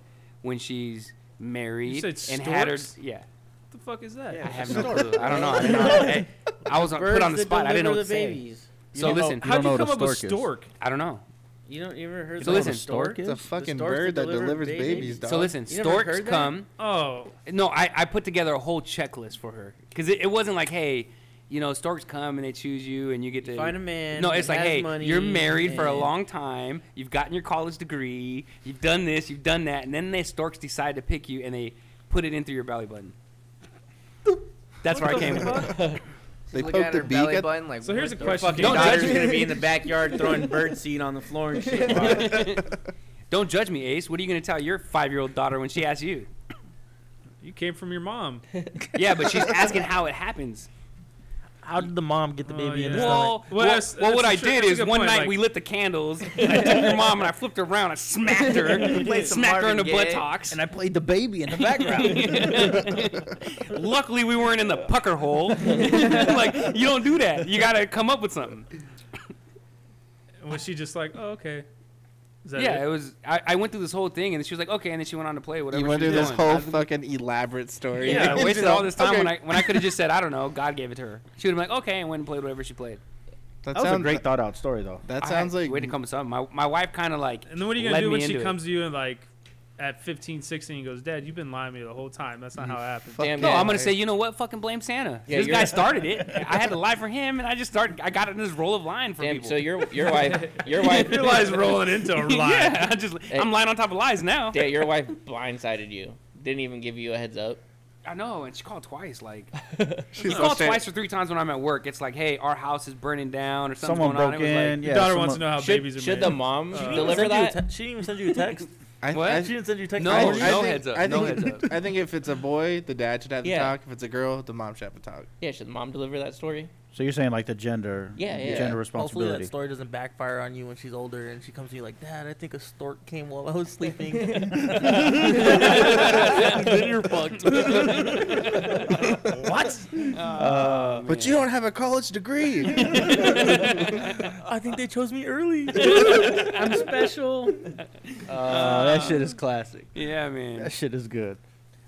when she's married
said
and had her
storks?
yeah
What the fuck is that?
i have no clue i don't know i, didn't know. I, I was on, put on the spot i didn't know what to say so
don't know-
listen
you don't
How'd
know
you
what a
come up with
stork is.
stork?
i don't know
You don't you ever heard
So
of
listen,
a stork?
It's a fucking bird that delivers babies. Dog.
so listen
You never
storks
heard that?
come
Oh,
no I, I put together a whole checklist for her because it, it wasn't like hey you know storks come and they choose you and you get to
Find a man.
no
that
it's like
has
hey
money
you're married for a
and-
long time you've gotten your college degree you've done this you've done that and then they storks decide to pick you and they put it in through your belly button that's where i came from
They
Look
poke
at
their
her
beak
belly
at-
button, like,
So here's
what
a
the
question.
fuck?
Fucking
Don't
daughter's
judge me.
gonna be in the backyard throwing bird seed on the floor and shit.
don't judge me ace what are you going to tell your five-year-old daughter when she asks you
you came from your mom.
yeah but she's asking how it happens
How did the mom get the
Oh,
baby in
yeah.
the stomach?
well,
Well,
well,
that's-
well, what
that's
i
a tr-
did
that's a
is
good
one
point,
night
like-
we lit the candles and i took your mom and i flipped her around i smacked her
played some
smacked her in the
Marvin Gaye.
buttocks
and I played the baby in the background.
Luckily, we weren't in the pucker hole. like you don't do that. You gotta come up with something.
And was she just like, oh okay? Is that
Yeah, it
it?
was. I, I went through this whole thing, and then she was like, "Okay," and then she went on to play whatever.
You went
she
through
was
this
doing.
whole fucking elaborate story.
Yeah, I
It's
wasted
like,
all this time
okay,
when I when I could have just said, "I don't know." God gave it to her. She would have been like, "Okay," and went and played whatever she played.
That,
That was a
sounds
great thought out story though.
That sounds like
way to come with something. My my wife kind of like.
And then what are you gonna
led
do when
me
she
into it.
comes to you and like, at 15, 16, and goes, Dad, you've been lying to me the whole time. That's not how it happened.
Fuck
Damn,
No,
yeah.
I'm gonna say, you know what? Fucking blame Santa.
Yeah,
this
you're-
guy started it. I had to lie for him, and I just started. I got in this roll of lying for
Damn.
people.
So your your wife, your wife,
Your lie's rolling into a lie.
yeah, I just
Hey.
I'm lying on top of lies now.
Yeah, your wife blindsided you. Didn't even give you a heads up.
I know, and she called twice. Like
She's
She called
upset.
twice or three times when I'm at work. It's like, hey, our house is burning down or something's
Someone
going
broke
on. It was
in.
like,
yeah,
Daughter
someone,
wants to know how
Should,
babies are
should
made.
the mom
She didn't
She didn't
deliver
send you a
that?
te- she didn't even send you a text.
I,
What?
I,
she didn't send you a text.
No,
I- I
message.
no
think-
heads up,
I think,
no heads up.
I think if it's a boy, the dad should have the
Yeah.
talk. If it's a girl, the mom should have the talk.
Yeah, should the mom deliver that story?
So you're saying like the gender,
Yeah, yeah.
gender
Hopefully
responsibility.
that story doesn't backfire on you when she's older and she comes to you like, Dad, I think a stork came while I was sleeping. then you're fucked.
But you don't have a college degree.
I think they chose me early.
I'm special.
Uh, that shit is classic.
yeah, man.
That shit is good.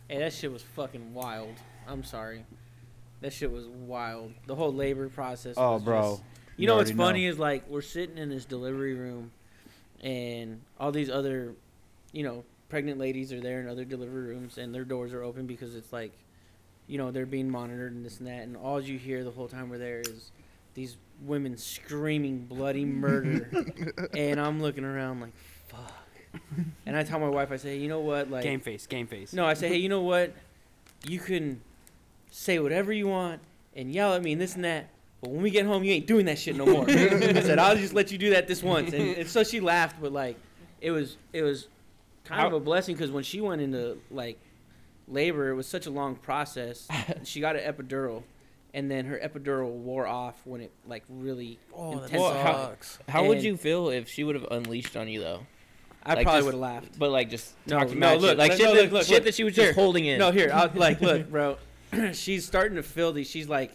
Hey, that shit was fucking wild. I'm sorry. That shit was wild. The whole labor process.
Oh,
was
bro.
just- you, know what's
already know.
funny is like we're sitting in this delivery room, and all these other, you know, pregnant ladies are there in other delivery rooms, and their doors are open because it's like, you know, they're being monitored and this and that, and all you hear the whole time we're there is these women screaming bloody murder, and I'm looking around like, fuck. And I tell my wife, I say, you know what, like,
game face, game face.
no, I say, hey, you know what, you can say whatever you want and yell at me and this and that. But when we get home, you ain't doing that shit no more. I said, I'll just let you do that this once. And, and so she laughed, but like, it was it was kind of a blessing because when she went into like labor, it was such a long process. she got an epidural, and then her epidural wore off when it like really.
Oh, that
Intense.
Well, how-
sucks.
How would
And-
you feel if she would have unleashed on you though?
I
Like,
probably
just-
would have laughed.
But like just
No,
talking
no,
about
look,
shit. like
look,
shit,
no,
that,
look, look,
shit
look.
that she was just
Here.
holding in.
No, here, I was like, look, bro, she's starting to feel these. She's like,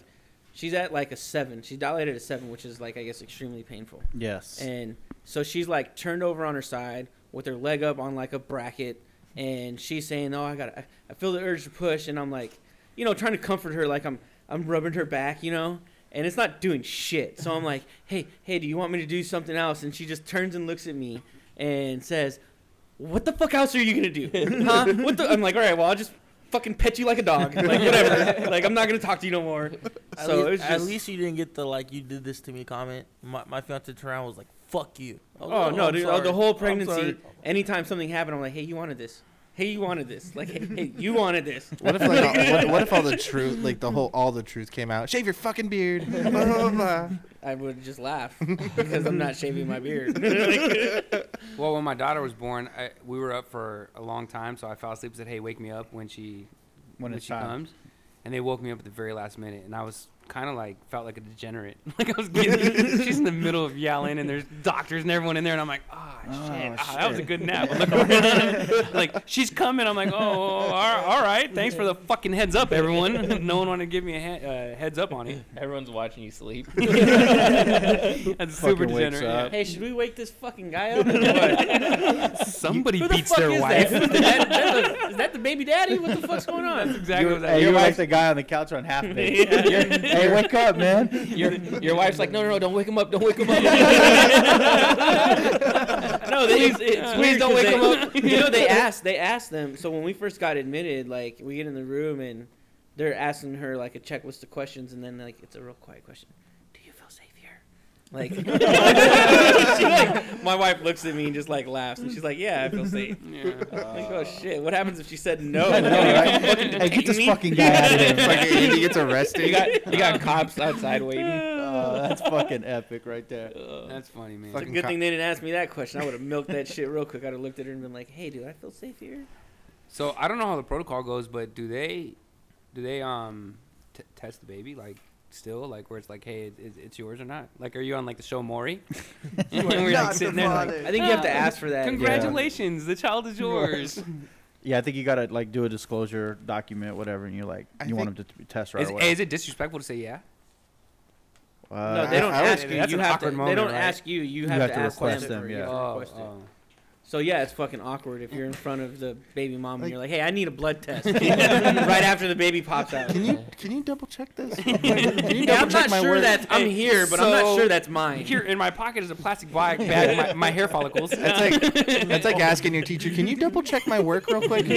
she's at like a seven. She's dilated at seven, which is like I guess extremely painful.
Yes.
And so she's like turned over on her side with her leg up on like a bracket, and she's saying, "Oh, I got, I, I feel the urge to push," and I'm like, you know, trying to comfort her, like I'm, I'm rubbing her back, you know. And it's not doing shit. So I'm like, hey, hey, do you want me to do something else? And she just turns and looks at me and says, what the fuck else are you gonna do? Huh? What the? I'm like, all right, well, I'll just fucking pet you like a dog. Like, whatever. like, I'm not gonna talk to you no more.
At
So
least,
it was just.
at least you didn't get the like you did this to me comment. My my fiance turned around and was like, "Fuck you." I was
Oh
like,
no,
I'm
dude!
sorry.
The whole
I'm
pregnancy.
sorry."
Anytime something happened, I'm like, "Hey, you wanted this. Hey, you wanted this. Like, hey, hey, you wanted this."
What if like all, what, what if all the truth, like the whole all the truth came out? Shave your fucking beard. Blah, blah, blah.
I would just laugh because I'm not shaving my beard. Like,
Well, when my daughter was born, I, we were up for a long time, so I fell asleep. and Said, "Hey, wake me up when she
When it's
she
time.
comes," and they woke me up at the very last minute, and I was kind of like felt like a degenerate. Like I was getting, she's in the middle of yelling, and there's doctors and everyone in there, and I'm like, "Ah,
Oh,
shit, ah, that was a
shit."
good nap." I look over, like she's coming. I'm like, "Oh, all right, all right, thanks for the fucking heads up, everyone." no one wanted to give me a he- uh, heads up on it.
Everyone's watching you sleep.
That's super
Fucking wakes
degenerate.
up.
hey, should we wake this fucking guy up? Or what?
Somebody
Who the
beats
fuck
their
is
wife.
That? That- that's a- is that the baby daddy? What the fuck's going on?
That's exactly what that
hey, you're
is.
like the guy on the couch on half baked. hey, wake up, man.
your your wife's like, no, no, no, don't wake him up, don't wake him up.
no, they, it's, it's
Please
weird
don't
'cause
wake
they-
him up.
You know, they asked, they asked them. So when we first got admitted, like we get in the room and they're asking her like a checklist of questions, and then like it's a real quiet question. Do you feel safe here? Like, she, like my wife looks at me and just like laughs, and she's like, "Yeah, I feel safe."
Yeah.
like, oh shit, what happens if she said no?
I know, right?
Fucking
Hey, get
detain
this
me?
fucking guy out of here.
Fucking Andy gets arrested.
you got you got cops outside waiting.
Oh, that's fucking epic right there.
That's funny, man.
It's a good thing they didn't ask me that question. I would have milked that shit real quick. I'd have looked at her and been like, "Hey, dude, I feel safe here."
So I don't know how the protocol goes, but do they, do they um t- test the baby like still like where it's like, hey, it, it, it's yours or not? Like, are you on like the show Maury? And we're like sitting there like,
I think you have to ask for that.
congratulations, the child is yours. is,
Yeah, I think you gotta like do a disclosure document, whatever, and you're like,
I
you want
think-
him to t- test right away.
is it disrespectful to say yeah?
Uh,
No, they don't
I- I
ask
would-
you.
that's
You
an
have to.
awkward
they
moment,
don't
right?
ask you. You have, to, ask
request
them.
them,
or
yeah.
You have to
Oh,
request it.
oh.
So yeah, it's fucking awkward if you're in front of the baby mom and
Like-
you're like, "Hey, I need a blood test," right after the baby pops out.
Can you can you double check this?
Yeah, I'm not sure that's. I'm
Hey,
here, but I'm not
so-
sure that's mine.
here in my pocket is a plastic bag, bag of my, my hair follicles.
That's like that's like asking your teacher, can you double check my work real quick?
No,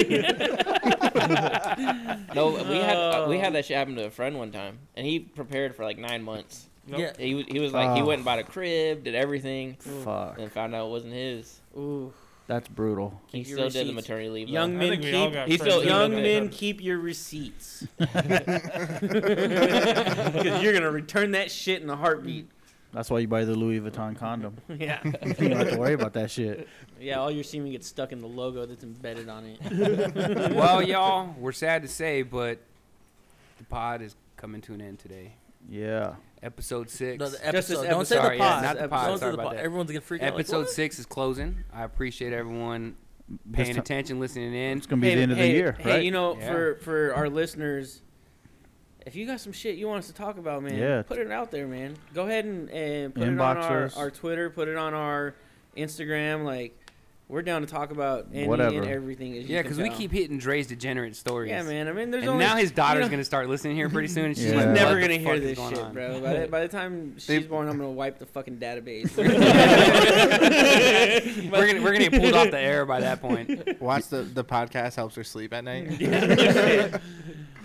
we had uh, we had that shit happen to a friend one time, and he prepared for like nine months.
Yeah.
He was he was like he
Ah.
Oh.
went and bought a crib, did everything,
Fuck,
and found out it wasn't his.
Ooh,
that's brutal.
He
Keep your
still did the
receipts.
maternity leave. though.
young
I
men
think we all
keep.
got
He's
friends
still-
that
Young
did that.
men keep your receipts. Because you're gonna return that shit in a heartbeat.
That's why you buy the Louis Vuitton condom.
Yeah,
you don't have to worry about that shit.
yeah. All your semen gets stuck in the logo that's embedded on it.
well, y'all, we're sad to say, but the pod is coming to an end today.
Yeah.
Episode six.
No, the
Just this
episode. Don't say the
episode, yeah,
pod.
not the pod,
Don't say
sorry
the
about
pod.
that.
Everyone's gonna freak out. like,
Episode
"What?"
six is closing. I appreciate everyone
This
paying
ti-
attention, listening in.
It's gonna be the end of the year,
hey,
right?
you know,
Yeah.
for for our listeners, if you got some shit you want us to talk about, man,
Yeah.
put it out there, man. Go ahead and, and put it on
Inbox
our,
us.
our Twitter, put it on our Instagram. Like, we're down to talk about any
Whatever.
and everything. As you
Yeah,
can
because we
tell.
keep hitting Dre's degenerate stories.
Yeah, man. I mean, there's
And
only,
now his daughter's
you know-
gonna start listening here pretty soon. And she's
She's
like,
Yeah.
never
"What
gonna
the
hear
fuck is
this
going
shit,
on?"
bro. By the, by the time she's born, I'm gonna wipe the fucking database.
We're gonna we're gonna get pulled off the air by that point.
Watch the the podcast helps her sleep at night.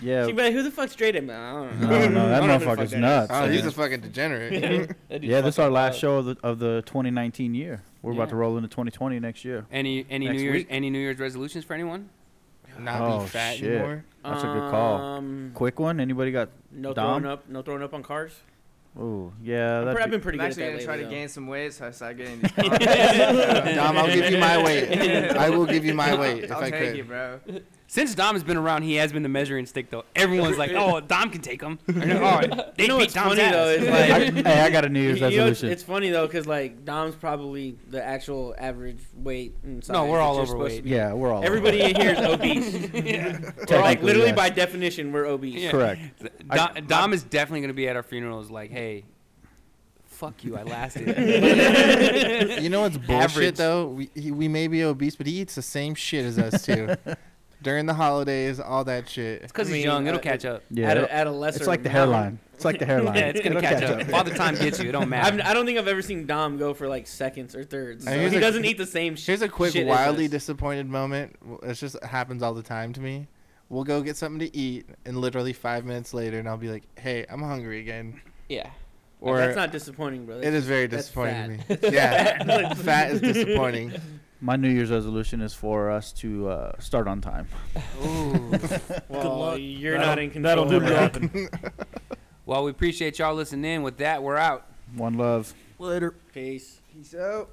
Yeah.
She'd be like, who the fuck's Drayden? I don't
No,
know.
no, that
I don't know who the
motherfucker's
fuck that
nuts.
Oh, he's
man.
a fucking degenerate.
That dude's
Yeah, this is our
fucking
last
wild.
show of the, of the 2019 year. We're about
Yeah.
to roll into 2020 next year.
Any any
Next
New Year's
week.
any New Year's resolutions for anyone?
Not
Oh,
be fat
shit.
anymore.
That's a good call.
Um,
Quick one. Anybody got?
no
Dom?
throwing up, no throwing up on cars.
Ooh, yeah.
I've
That'd
been pretty
I'm
good
actually
at
gonna
that
try to
lately,
gain some weight, so I start getting. These comments.
Dom, I'll give you my weight. I will give you my weight if
I'll
I
take
could.
you, bro.
Since Dom has been around, he has been the measuring stick though. Everyone's like, oh, Dom can take them. oh, they
You know
beat
what's
Dom's
funny, though,
ass.
is,
be-
like-
I, hey, I got a New
You-
Year's
you know, it's,
resolution.
it's funny though, cause like Dom's probably the actual average weight. And size
No, we're
that
all
you're supposed
overweight.
to be.
yeah, we're all
Everybody in here is obese. We're like
Technically,
literally
yes.
by definition, we're obese.
Yeah.
correct.
Dom, Dom is definitely gonna be at our funerals. Like, hey, fuck you, I lasted.
You know what's bullshit
Average.
though? We he, we may be obese, but he eats the same shit as us too. During the holidays, all that shit.
It's because
I
he's
mean,
young. It'll
uh,
catch up.
Yeah,
At,
it'll-
a, at a lesser.
it's like the
amount.
hairline. It's like the hairline.
Yeah, it's gonna
It'll
catch up. Father time gets you. It don't
I've,
matter.
I don't think I've ever seen Dom go for like seconds or thirds.
Uh,
so
here's
he
a-
doesn't eat the same shit.
Here's a quick,
shit as
wildly
us.
disappointed moment. Well, It's just it happens all the time to me. We'll go get something to eat, and literally five minutes later, and I'll be like, "Hey, I'm hungry again."
Yeah.
Or
that's not disappointing, bro.
it is very
that's
disappointing to me. Yeah, fat is disappointing.
My New Year's resolution is for us to uh, start on time.
Ooh.
Well,
luck.
You're
That'll-
not in control.
That'll do
of
it.
that.
Well, we appreciate y'all listening in. With that, we're out.
One love.
Later.
Peace.
Peace out.